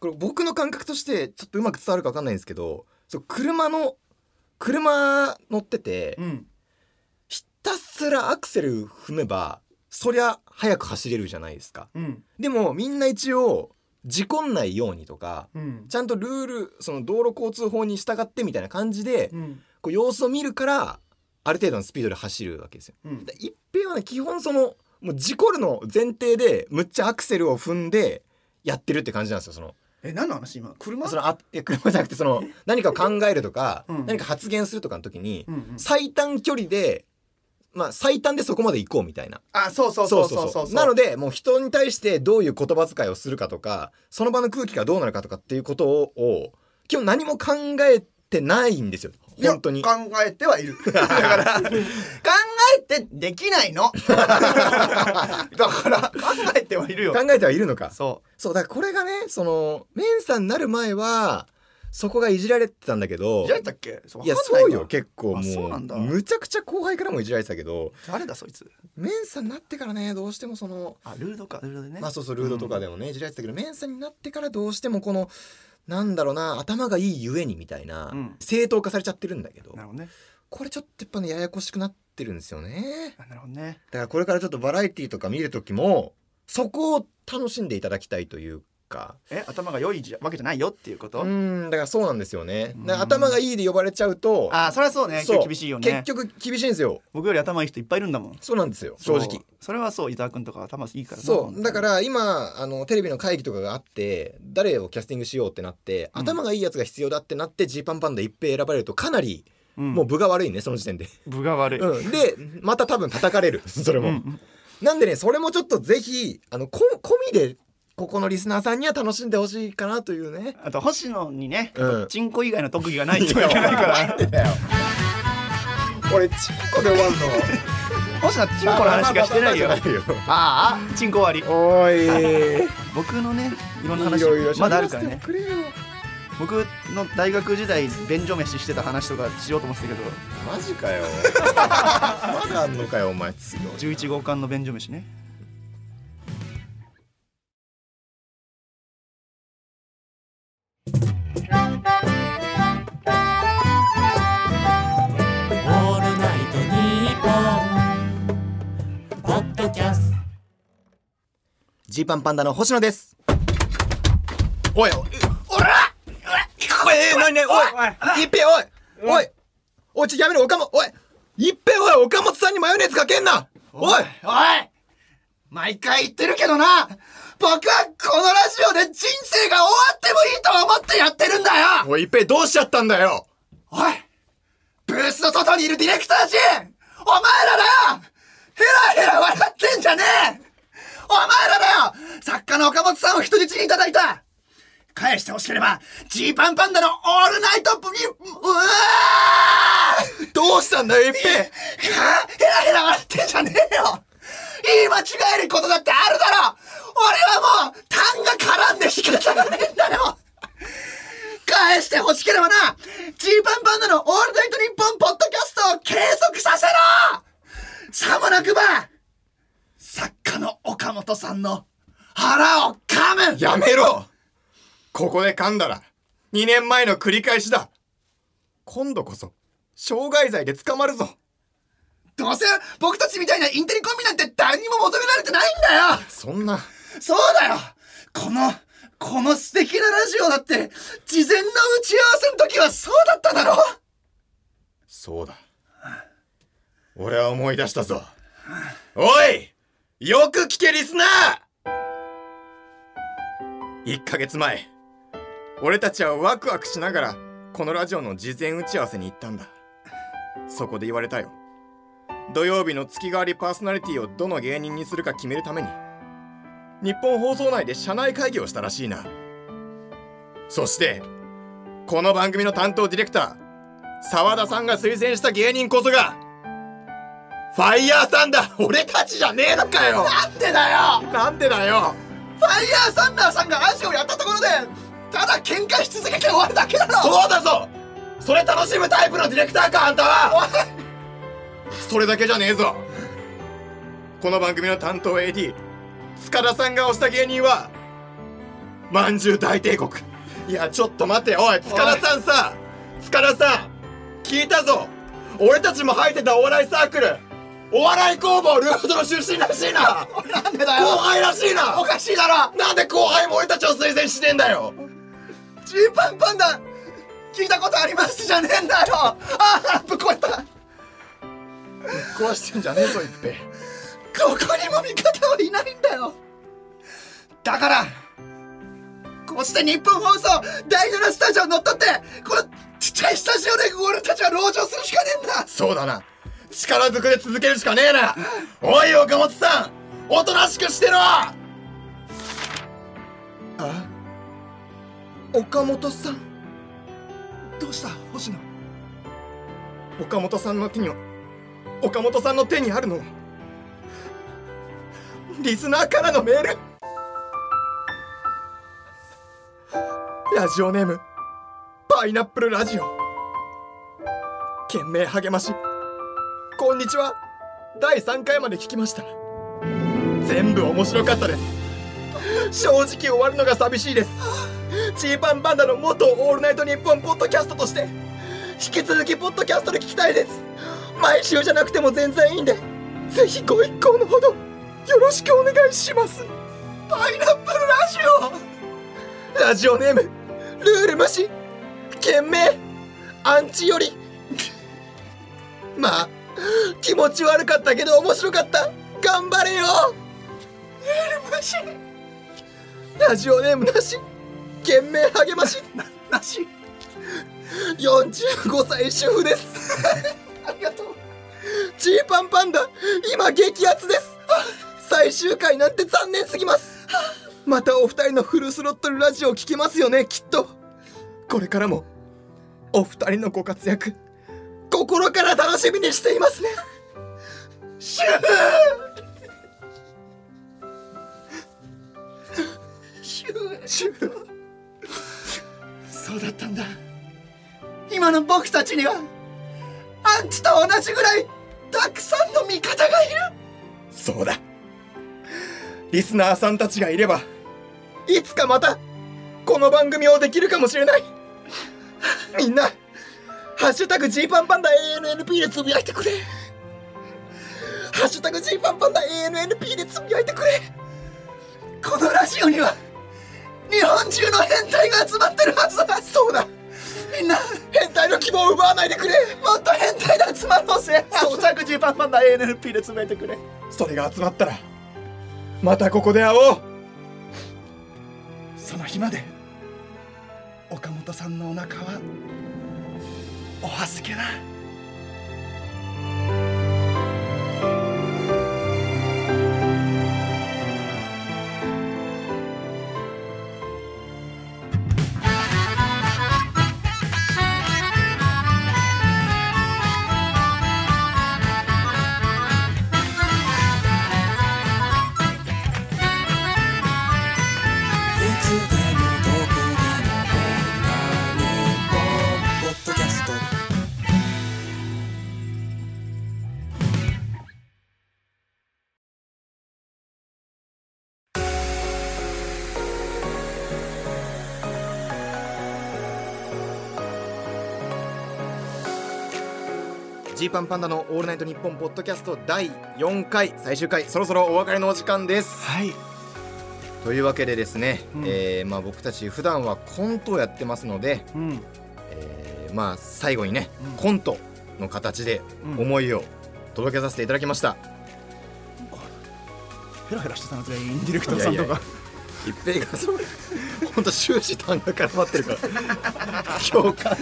Speaker 1: これ僕の感覚としてちょっとうまく伝わるか分かんないんですけどそう車の車乗ってて、
Speaker 2: うん
Speaker 1: ひたすらアクセル踏めばそりゃ速く走れるじゃないですか。
Speaker 2: うん
Speaker 1: でもみんな一応事故んないようにとか
Speaker 2: うん
Speaker 1: ちゃんとルールその道路交通法に従ってみたいな感じで
Speaker 2: うん
Speaker 1: こう様子を見るからある程度のスピードで走るわけですよ。
Speaker 2: うん
Speaker 1: で一平はね基本そのもう事故るの前提でむっちゃアクセルを踏んでやってるって感じなんですよその
Speaker 4: え何の話今車
Speaker 1: そのあいや車じゃなくてその何かを考えるとか、
Speaker 2: うん
Speaker 1: 何か発言するとかの時に、
Speaker 2: うんうん
Speaker 1: 最短距離でまあ最短でそこまで行こうみたいな。
Speaker 4: あそうそうそうそうそうそう
Speaker 1: なのでもう人に対してどういう言葉遣いをするかとかその場の空気がどうなるかとかっていうことをを基本何も考えてないんですよ
Speaker 4: いや
Speaker 1: 本当に
Speaker 4: 考えて はいるだから考えてできない のだから考えてはいるよ
Speaker 1: 考えてはいるのか
Speaker 2: そ
Speaker 1: そうだからこれがねそのメンさんになる前はそこがいじられてたんだけど
Speaker 4: いじられたっけそう
Speaker 1: いや
Speaker 4: わかんな
Speaker 1: そう
Speaker 4: いわ
Speaker 1: よ結構も
Speaker 2: あ
Speaker 1: う
Speaker 2: そうなんだ
Speaker 1: むちゃくちゃ後輩からもいじられてたけど
Speaker 2: 誰だそいつ
Speaker 1: メンさんになってからねどうしてもその
Speaker 2: あルードかルードでね
Speaker 1: まあそうそうルードとかでもねいじられてたけどメンさんになってからどうしてもこのなんだろうな頭がいいゆえにみたいな、
Speaker 2: うん
Speaker 1: 正当化されちゃってるんだけど
Speaker 2: なるほどね
Speaker 1: これちょっとやっぱねややこしくなってるんですよね
Speaker 2: あなるほどね
Speaker 1: だからこれからちょっとバラエティとか見る時もそこを楽しんでいただきたいというか
Speaker 2: え頭が良いじゃわけじゃないよっていうこと、
Speaker 1: うんだからそうなんですよね
Speaker 2: うん
Speaker 1: だから頭がいいで呼ばれちゃうと
Speaker 2: あそれはそうね
Speaker 1: そう
Speaker 2: 厳しいよ
Speaker 1: 結
Speaker 2: ね
Speaker 1: 局厳しいんですよ
Speaker 2: 僕より頭いい人いっぱいいるんだもん
Speaker 1: そうなんですよ正
Speaker 2: そ
Speaker 1: 直
Speaker 2: うそれはそう伊沢君とか頭いいからな
Speaker 1: そ
Speaker 2: 本当
Speaker 1: う
Speaker 2: に
Speaker 1: だから今あのテレビの会議とかがあって誰をキャスティングしようってなって、
Speaker 2: うん
Speaker 1: 頭がいいやつが必要だってなってジーパンパンで一平選ばれるとかなり
Speaker 2: うん
Speaker 1: もう分が悪いねその時点で、
Speaker 2: 部が悪い、
Speaker 1: うん、でまた多分叩かれるそれも、
Speaker 2: うん
Speaker 1: なんでねそれもちょっとぜひあのこ込みでここのリスナーさんには楽しんでほしいかなというね
Speaker 2: あと星野にね、
Speaker 1: うん
Speaker 2: チンコ以外の特技がないといけないから
Speaker 1: 俺チンコで終わるの
Speaker 2: 星野チンコの話しかしてないよ
Speaker 1: まあ
Speaker 2: あ
Speaker 1: まあまあまあまあまあ
Speaker 2: あチンコ終わり
Speaker 1: おい
Speaker 2: 僕のねいろんな話
Speaker 1: いろいろ喋
Speaker 2: まだあるから
Speaker 1: ら
Speaker 2: ね
Speaker 1: せてくれよ
Speaker 2: 僕の大学時代便所飯してた話とかしようと思ってたけど
Speaker 1: マジかよまだあんのかよお前強い
Speaker 2: 11号館の便所飯ね
Speaker 3: オールナイトニッポン」ポッドキャスト
Speaker 1: ジーパンパンダの星野です。おいおい、おら、おら、え、なにおい、いっぺいおい、おい、おい、ちょやめろ、おかも、おい、いっぺいおい、岡本さんにマヨネーズかけんな。お
Speaker 4: お
Speaker 1: い、
Speaker 4: い毎回言ってるけどな僕はこのラジオで人生が終わってもいいと思ってやってるんだよ
Speaker 1: おい、いっぺいどうしちゃったんだよ。
Speaker 4: おいブースの外にいるディレクター陣お前らだよヘラヘラ笑ってんじゃねえお前らだよ作家の岡本さんを人質にいただいた
Speaker 2: 返してほしければジーパンパンダのオールナイトプリうわー
Speaker 1: どうしたんだよ一平
Speaker 2: はヘラヘラ笑ってんじゃねえよ言い間違えることだってあるだろ俺はもう痰が絡んで仕方がねえんだよ返してほしければなジーパンパンダのオールナイトニッポンポッドキャストを継続させろさもなくば作家の岡本さんの腹を噛む
Speaker 1: やめろここで噛んだら2年前の繰り返しだ今度こそ傷害罪で捕まるぞ
Speaker 2: どうせ僕たちみたいなインテリコンビなんて誰にも求められてないんだよ
Speaker 1: そんな
Speaker 2: そうだよこの、この素敵なラジオだって、事前の打ち合わせの時はそうだっただろ
Speaker 1: そうだ俺は思い出したぞおいよく聞けリスナー1ヶ月前俺たちはワクワクしながらこのラジオの事前打ち合わせに行ったんだそこで言われたよ土曜日の月替わりパーソナリティをどの芸人にするか決めるために日本放送内で社内会議をしたらしいなそしてこの番組の担当ディレクター沢田さんが推薦した芸人こそがファイヤーサンダー 俺たちじゃねえのかよ
Speaker 2: なんでだよ
Speaker 1: なんでだよ
Speaker 2: ファイヤーサンダーさんがラジオやったところで、ただ喧嘩し続けて終わるだけだろ
Speaker 1: そうだぞそれ楽しむタイプのディレクターかあんたはそれだけじゃねえぞこの番組の担当 AD 塚田さんが推した芸人はまんじゅう大帝国いやちょっと待てよおい塚田さんさ塚田さん聞いたぞ俺たちも入ってたお笑いサークルお笑い工房ルーフトの出身らしいな
Speaker 2: おいなんでだ
Speaker 1: 後
Speaker 2: よ
Speaker 1: 輩らしいな
Speaker 2: おかしいだろ
Speaker 1: なんで後輩も俺たちを推薦してんだよ
Speaker 2: ジーパンパンダ、聞いたことありますじゃねえんだよああ、ぶっ壊れた
Speaker 1: 壊してんじゃねえぞいっぺ
Speaker 2: どこにも味方はいないんだよだからこうして日本放送第7スタジオに乗っ取ってこのちっちゃいスタジオで俺たちは籠城するしかねえんだ
Speaker 1: そうだな力ずくで続けるしかねえな おい岡本さんおとなしくしてろあ岡本さん
Speaker 2: どうした星野
Speaker 1: 岡本さんの手には岡本さんの手にあるのはリスナーからのメールラジオネームパイナップルラジオ懸命励ましこんにちは第3回まで聞きました全部面白かったです正直終わるのが寂しいですジーパンバンダの元オールナイトニッポンポッドキャストとして引き続きポッドキャストで聞きたいです毎週じゃなくても全然いいんでぜひご一行のほどよろしくお願いしますパイナップルラジオラジオネームルール無視懸命アンチよりまあ気持ち悪かったけど面白かった頑張れよルール無視ラジオネームなし懸命励まし
Speaker 2: なし
Speaker 1: 45歳主婦です
Speaker 2: ありがとう
Speaker 1: ジーパンパンダ今激アツです最終回なんて残念すぎますまたお二人のフルスロットルラジオ聞きますよねきっとこれからもお二人のご活躍心から楽しみにしていますね
Speaker 2: 主婦主婦そうだったんだ今の僕たちにはアンチと同じぐらいたくさんの味方がいる
Speaker 1: そうだリスナーさんたちがいればいつかまたこの番組をできるかもしれ ないみんな「ハッシュタグ #G パンパンダ ANNP」でつぶやいてくれ「ハッシュタグ #G パンパンダ ANNP」でつぶやいてくれ
Speaker 2: このラジオには日本中の変態が集まってるはずだそうだみんな
Speaker 1: 変態の希望を奪わないでくれ
Speaker 2: もっと変態で集まろうぜ装着ジーパンパンダ ANLP で詰めてくれ
Speaker 1: それが集まったらまたここで会おう
Speaker 2: その日まで岡本さんのお腹はおはすけだ
Speaker 1: ジーパンパンダのオールナイトニッポンポッドキャスト第4回最終回そろそろお別れのお時間です
Speaker 2: はい
Speaker 1: というわけでですね、
Speaker 2: うん
Speaker 1: えーまあ僕たち普段はコントをやってますので、
Speaker 2: うん
Speaker 1: えーまあ最後にね、
Speaker 2: うん
Speaker 1: コントの形で
Speaker 2: うん
Speaker 1: 思いを届けさせていただきました、
Speaker 2: ヘラヘラしてたの全員ディレクターさん
Speaker 1: いや
Speaker 2: と
Speaker 1: いや
Speaker 2: か
Speaker 1: 一平がそう本当終始単が絡まってるから今日完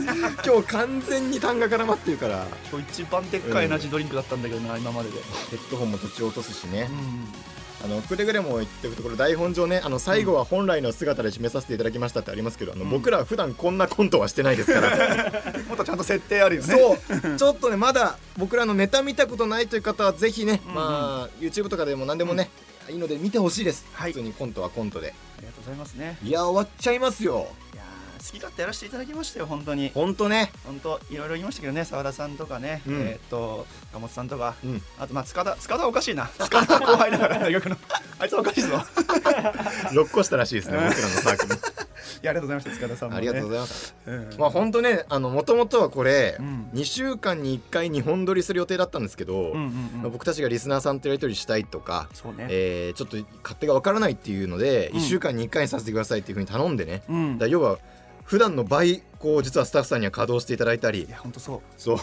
Speaker 1: 全に今日完全に単が絡まってるから
Speaker 2: 今日一番でっかいエナジードリンクだったんだけどな今までで
Speaker 1: ヘッドホンも途中落とすしね、
Speaker 2: うん
Speaker 1: あのくれぐれも言っておくところ台本上ねあの最後は本来の姿で締めさせていただきましたってありますけどあの、僕ら普段こんなコントはしてないですから
Speaker 2: もっとちゃんと設定あるよね
Speaker 1: そうちょっとねまだ僕らのネタ見たことないという方はぜひね、
Speaker 2: うん
Speaker 1: まあ YouTube とかでも何でもね、いいので見てほしいです、
Speaker 2: はい
Speaker 1: 普通にコントはコントで
Speaker 2: ありがとうございますね
Speaker 1: いや終わっちゃいますよ
Speaker 2: いやー好き勝手やらせていただきましたよ本当に
Speaker 1: ほんとね
Speaker 2: 本当いろいろ言いましたけどね澤田さんとかね、
Speaker 1: うん
Speaker 2: えーっと岡本さんとか、
Speaker 1: うん
Speaker 2: あとまあ塚田塚田はおかしいな塚田は後輩だから大 学のあいつはおかしいぞいや
Speaker 1: 6個したらしいですね僕らのサー クル
Speaker 2: ありがとうございました塚田さんも、ね、
Speaker 1: ありがとうご
Speaker 2: ざ
Speaker 1: ざ
Speaker 2: い
Speaker 1: います
Speaker 2: ます、
Speaker 1: まあほんとねあのもともとはこれ、
Speaker 2: うん
Speaker 1: 2週間に1回2本撮りする予定だったんですけど、
Speaker 2: うんうんうん
Speaker 1: 僕たちがリスナーさんとやり取りしたいとか
Speaker 2: そうね、
Speaker 1: えーちょっと勝手が分からないっていうので、
Speaker 2: うん
Speaker 1: 1週間に1回にさせてくださいっていうふうに頼んでね、
Speaker 2: うん
Speaker 1: だから要は普段の倍こう実はスタッフさんには稼働していただいたり
Speaker 2: いや本当そう
Speaker 1: そ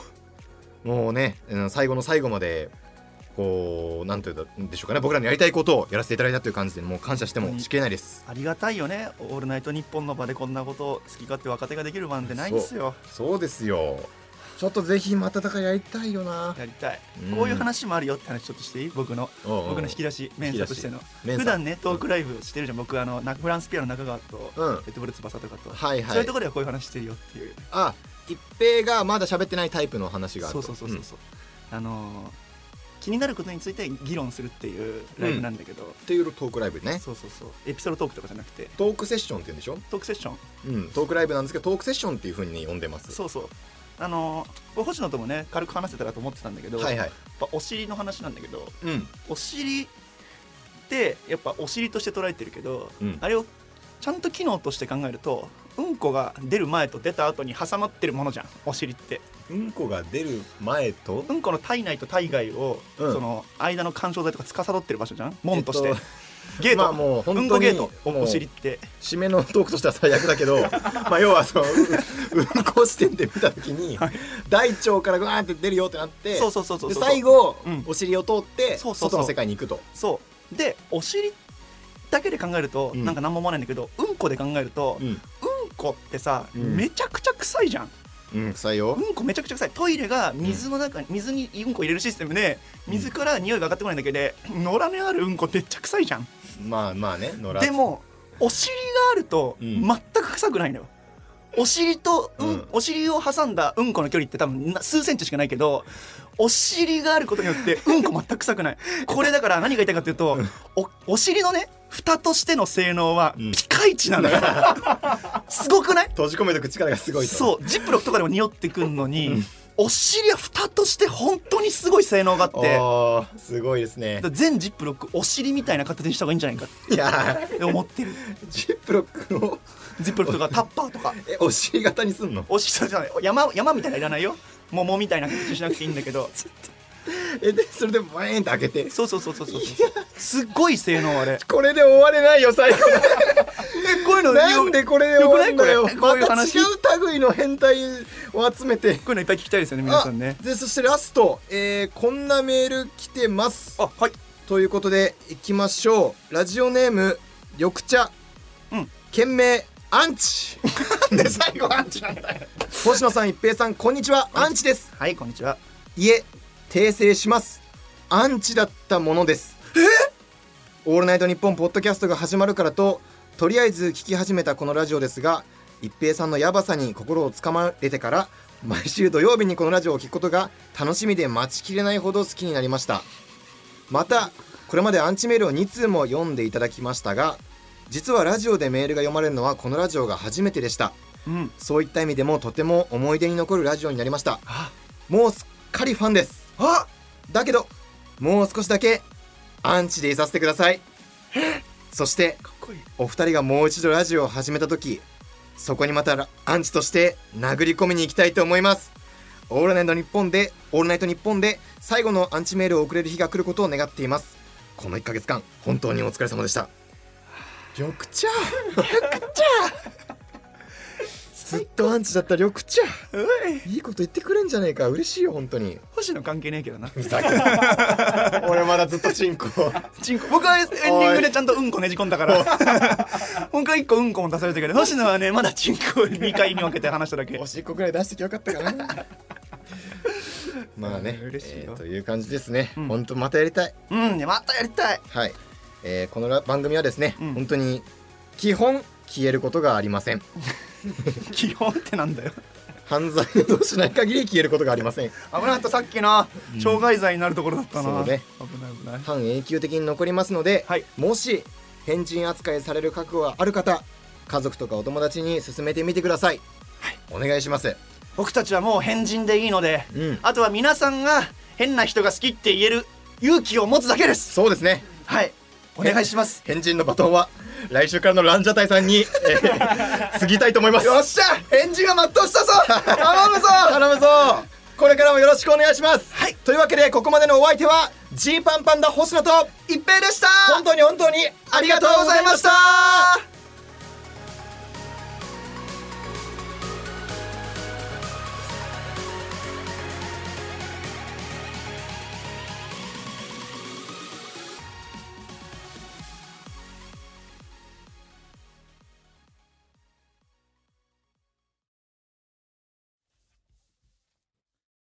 Speaker 1: うもうねうん最後の最後までこうなんていうんでしょうかね僕らのやりたいことをやらせていただいたという感じでもう感謝してもしきれないです
Speaker 2: ありがたいよね「オールナイトニッポン」の場でこんなことを好き勝手若手ができる番ってないんですよ
Speaker 1: そうですよちょっとぜひまただからやりたいよな
Speaker 2: やりたい、
Speaker 1: うん
Speaker 2: こういう話もあるよって話ちょっとしていい僕の
Speaker 1: おうおう
Speaker 2: 僕の引き出しメンサーとしての
Speaker 1: メンサー
Speaker 2: 普段ねトークライブしてるじゃん僕あのなフランスピアの中川と、
Speaker 1: うん
Speaker 2: ペットボール翼とかと、
Speaker 1: はいはい
Speaker 2: そういうところではこういう話してるよっていう
Speaker 1: あ一平がまだ喋ってないタイプの話がある
Speaker 2: そ
Speaker 1: と
Speaker 2: うそうそうそうそう、あのー気になることについて議論するっていうライブなんだけど、
Speaker 1: っていうトークライブね
Speaker 2: そうそうそうエピソードトークとかじゃなくて
Speaker 1: トークセッションって言うんでしょ
Speaker 2: トークセッション
Speaker 1: うん、トークライブなんですけどトークセッションっていう風に呼んでます
Speaker 2: そうそうあのー星野ともね軽く話せたらと思ってたんだけど、
Speaker 1: はいはい
Speaker 2: やっぱお尻の話なんだけど
Speaker 1: うん
Speaker 2: お尻ってやっぱお尻として捉えてるけど、
Speaker 1: うん
Speaker 2: あれをちゃんと機能として考えるとうんこが出る前と出た後に挟まってるものじゃんお尻って
Speaker 1: うんこが出る前と
Speaker 2: うんこの体内と体外を、
Speaker 1: うん
Speaker 2: その間の緩衝材とか司ってる場所じゃん門として、
Speaker 1: えっと
Speaker 2: ゲート、
Speaker 1: まあもう本当に
Speaker 2: んこゲート
Speaker 1: もう
Speaker 2: おお尻って
Speaker 1: 締めのトークとしては最悪だ けどまあ要はそのううんこ視点で見た時に、大腸からグワーンって出るよってなって
Speaker 2: そうそうそうそう
Speaker 1: で
Speaker 2: そう
Speaker 1: 最後、
Speaker 2: うん
Speaker 1: お尻を通って
Speaker 2: そうそうそう
Speaker 1: 外の世界に行くと
Speaker 2: そうでお尻だけで考えると、
Speaker 1: うん
Speaker 2: なんか何も思わないんだけどうんこで考えると、うん、こってさ、
Speaker 1: うん
Speaker 2: めちゃくちゃ臭いじゃん
Speaker 1: うん、うん、臭いよ
Speaker 2: うんこめちゃくちゃ臭いトイレが水の中に、水にうんこ入れるシステムで水から匂いが上がってこないだけで野良のあるうんこめっちゃ臭いじゃん
Speaker 1: まあまあね野良
Speaker 2: でもお尻があると
Speaker 1: うん
Speaker 2: 全く臭くないのよ、お尻と、うん
Speaker 1: うん
Speaker 2: お尻を挟んだうんこの距離って多分な数センチしかないけどお尻があることによってうんこ全く臭 くないこれだから何が言いたいかっていうとおお尻のね蓋としての性能は
Speaker 1: うん
Speaker 2: ピカイチなのよ、 すごくない
Speaker 1: 閉じ込めとく力がすごいと
Speaker 2: そうジップロックとかでも匂ってくんのにお尻は蓋として本当にすごい性能があっ
Speaker 1: お
Speaker 2: て
Speaker 1: ーすごいですね
Speaker 2: 全ジップロックお尻みたいな形にした方がいいんじゃないかっ
Speaker 1: いや
Speaker 2: て思ってる
Speaker 1: ジップロックを
Speaker 2: ジップロックとかタッパーとか
Speaker 1: えお尻型にすんの
Speaker 2: お尻じゃない山山みたいないらないよ桃みたいな形にしなくていいんだけど
Speaker 1: えでそれでバーンって開けて
Speaker 2: そうそうそうそうそうすっごい性能あれ
Speaker 1: これで終われないよ 最後
Speaker 2: えこういうの
Speaker 1: なんでこれで終わるんだよ
Speaker 2: よくないこれこうい
Speaker 1: ま
Speaker 2: う
Speaker 1: た違
Speaker 2: 話
Speaker 1: う類の変態を集めて
Speaker 2: こういうのいっぱい聞きたいですよね皆さんね
Speaker 1: あでそしてラスト、えーこんなメール来てます
Speaker 2: あはい
Speaker 1: ということでいきましょうラジオネーム緑茶、
Speaker 2: うん、
Speaker 1: 件名アン チ
Speaker 2: で最後アンチなんだよ
Speaker 1: 星野さん一平さんこんにちはアンチです
Speaker 2: はいこんにちはい
Speaker 1: え訂正しますアンチだったものですオールナイトニッポンポッドキャストが始まるからととりあえず聞き始めたこのラジオですが一平さんのヤバさに心をつかまれてから毎週土曜日にこのラジオを聞くことが楽しみで待ちきれないほど好きになりましたまたこれまでアンチメールを2通も読んでいただきましたが実はラジオでメールが読まれるのはこのラジオが初めてでした
Speaker 2: うん
Speaker 1: そういった意味でもとても思い出に残るラジオになりました
Speaker 2: あ
Speaker 1: もうすっかりファンです
Speaker 2: あ
Speaker 1: だけどもう少しだけアンチでいさせてくださいそして
Speaker 2: かっこいい
Speaker 1: お二人がもう一度ラジオを始めた時そこにまたアンチとして殴り込みに行きたいと思いますオールナイト日本でオールナイト日本で最後のアンチメールを送れる日が来ることを願っていますこの1ヶ月間本当にお疲れ様でした緑茶緑茶ずっとアンチだった緑茶
Speaker 2: うい
Speaker 1: いいこと言ってくれんじゃねえか嬉しいよ本当に
Speaker 2: 星野関係ねえけどな
Speaker 1: ふざけんな 俺まだずっとチンコ
Speaker 2: チンコ僕はエンディングでちゃんとうんこねじ込んだから 僕は一個うんこも出されたけど星野はねまだチンコを2回に分けて話しただ け
Speaker 1: おしっこくらい出してきゃよかったかな まあね、え
Speaker 2: 嬉しいよ
Speaker 1: ーという感じですね、
Speaker 2: ん
Speaker 1: ほんとまたやりたい
Speaker 2: うんまたやりたい
Speaker 1: はい、えーこのら番組はですね、
Speaker 2: うん
Speaker 1: 本当に基本消えることがありません
Speaker 2: 基本ってなんだよ
Speaker 1: 犯罪などをしない限り消えることがありま せん
Speaker 2: 危なかったさっきな障害罪になるところだったな、
Speaker 1: そうね
Speaker 2: 危ない危ない
Speaker 1: 半永久的に残りますので、
Speaker 2: はい
Speaker 1: もし変人扱いされる覚悟がある方家族とかお友達に勧めてみてください、お願いします
Speaker 2: 僕たちはもう変人でいいので、
Speaker 1: うん
Speaker 2: あとは皆さんが変な人が好きって言える勇気を持つだけです
Speaker 1: そうですね
Speaker 2: はいお願いします
Speaker 1: 変人のバトンは来週からのランジャタイさんに、え ー継ぎたいと思いますよっしゃ変人が全う したぞ 頼むぞ頼むぞこれからもよろしくお願いします、はい、というわけでここまでのお相手はジーパンパンダ星野と
Speaker 2: 一平でした
Speaker 1: 本当に本当にありがとうございました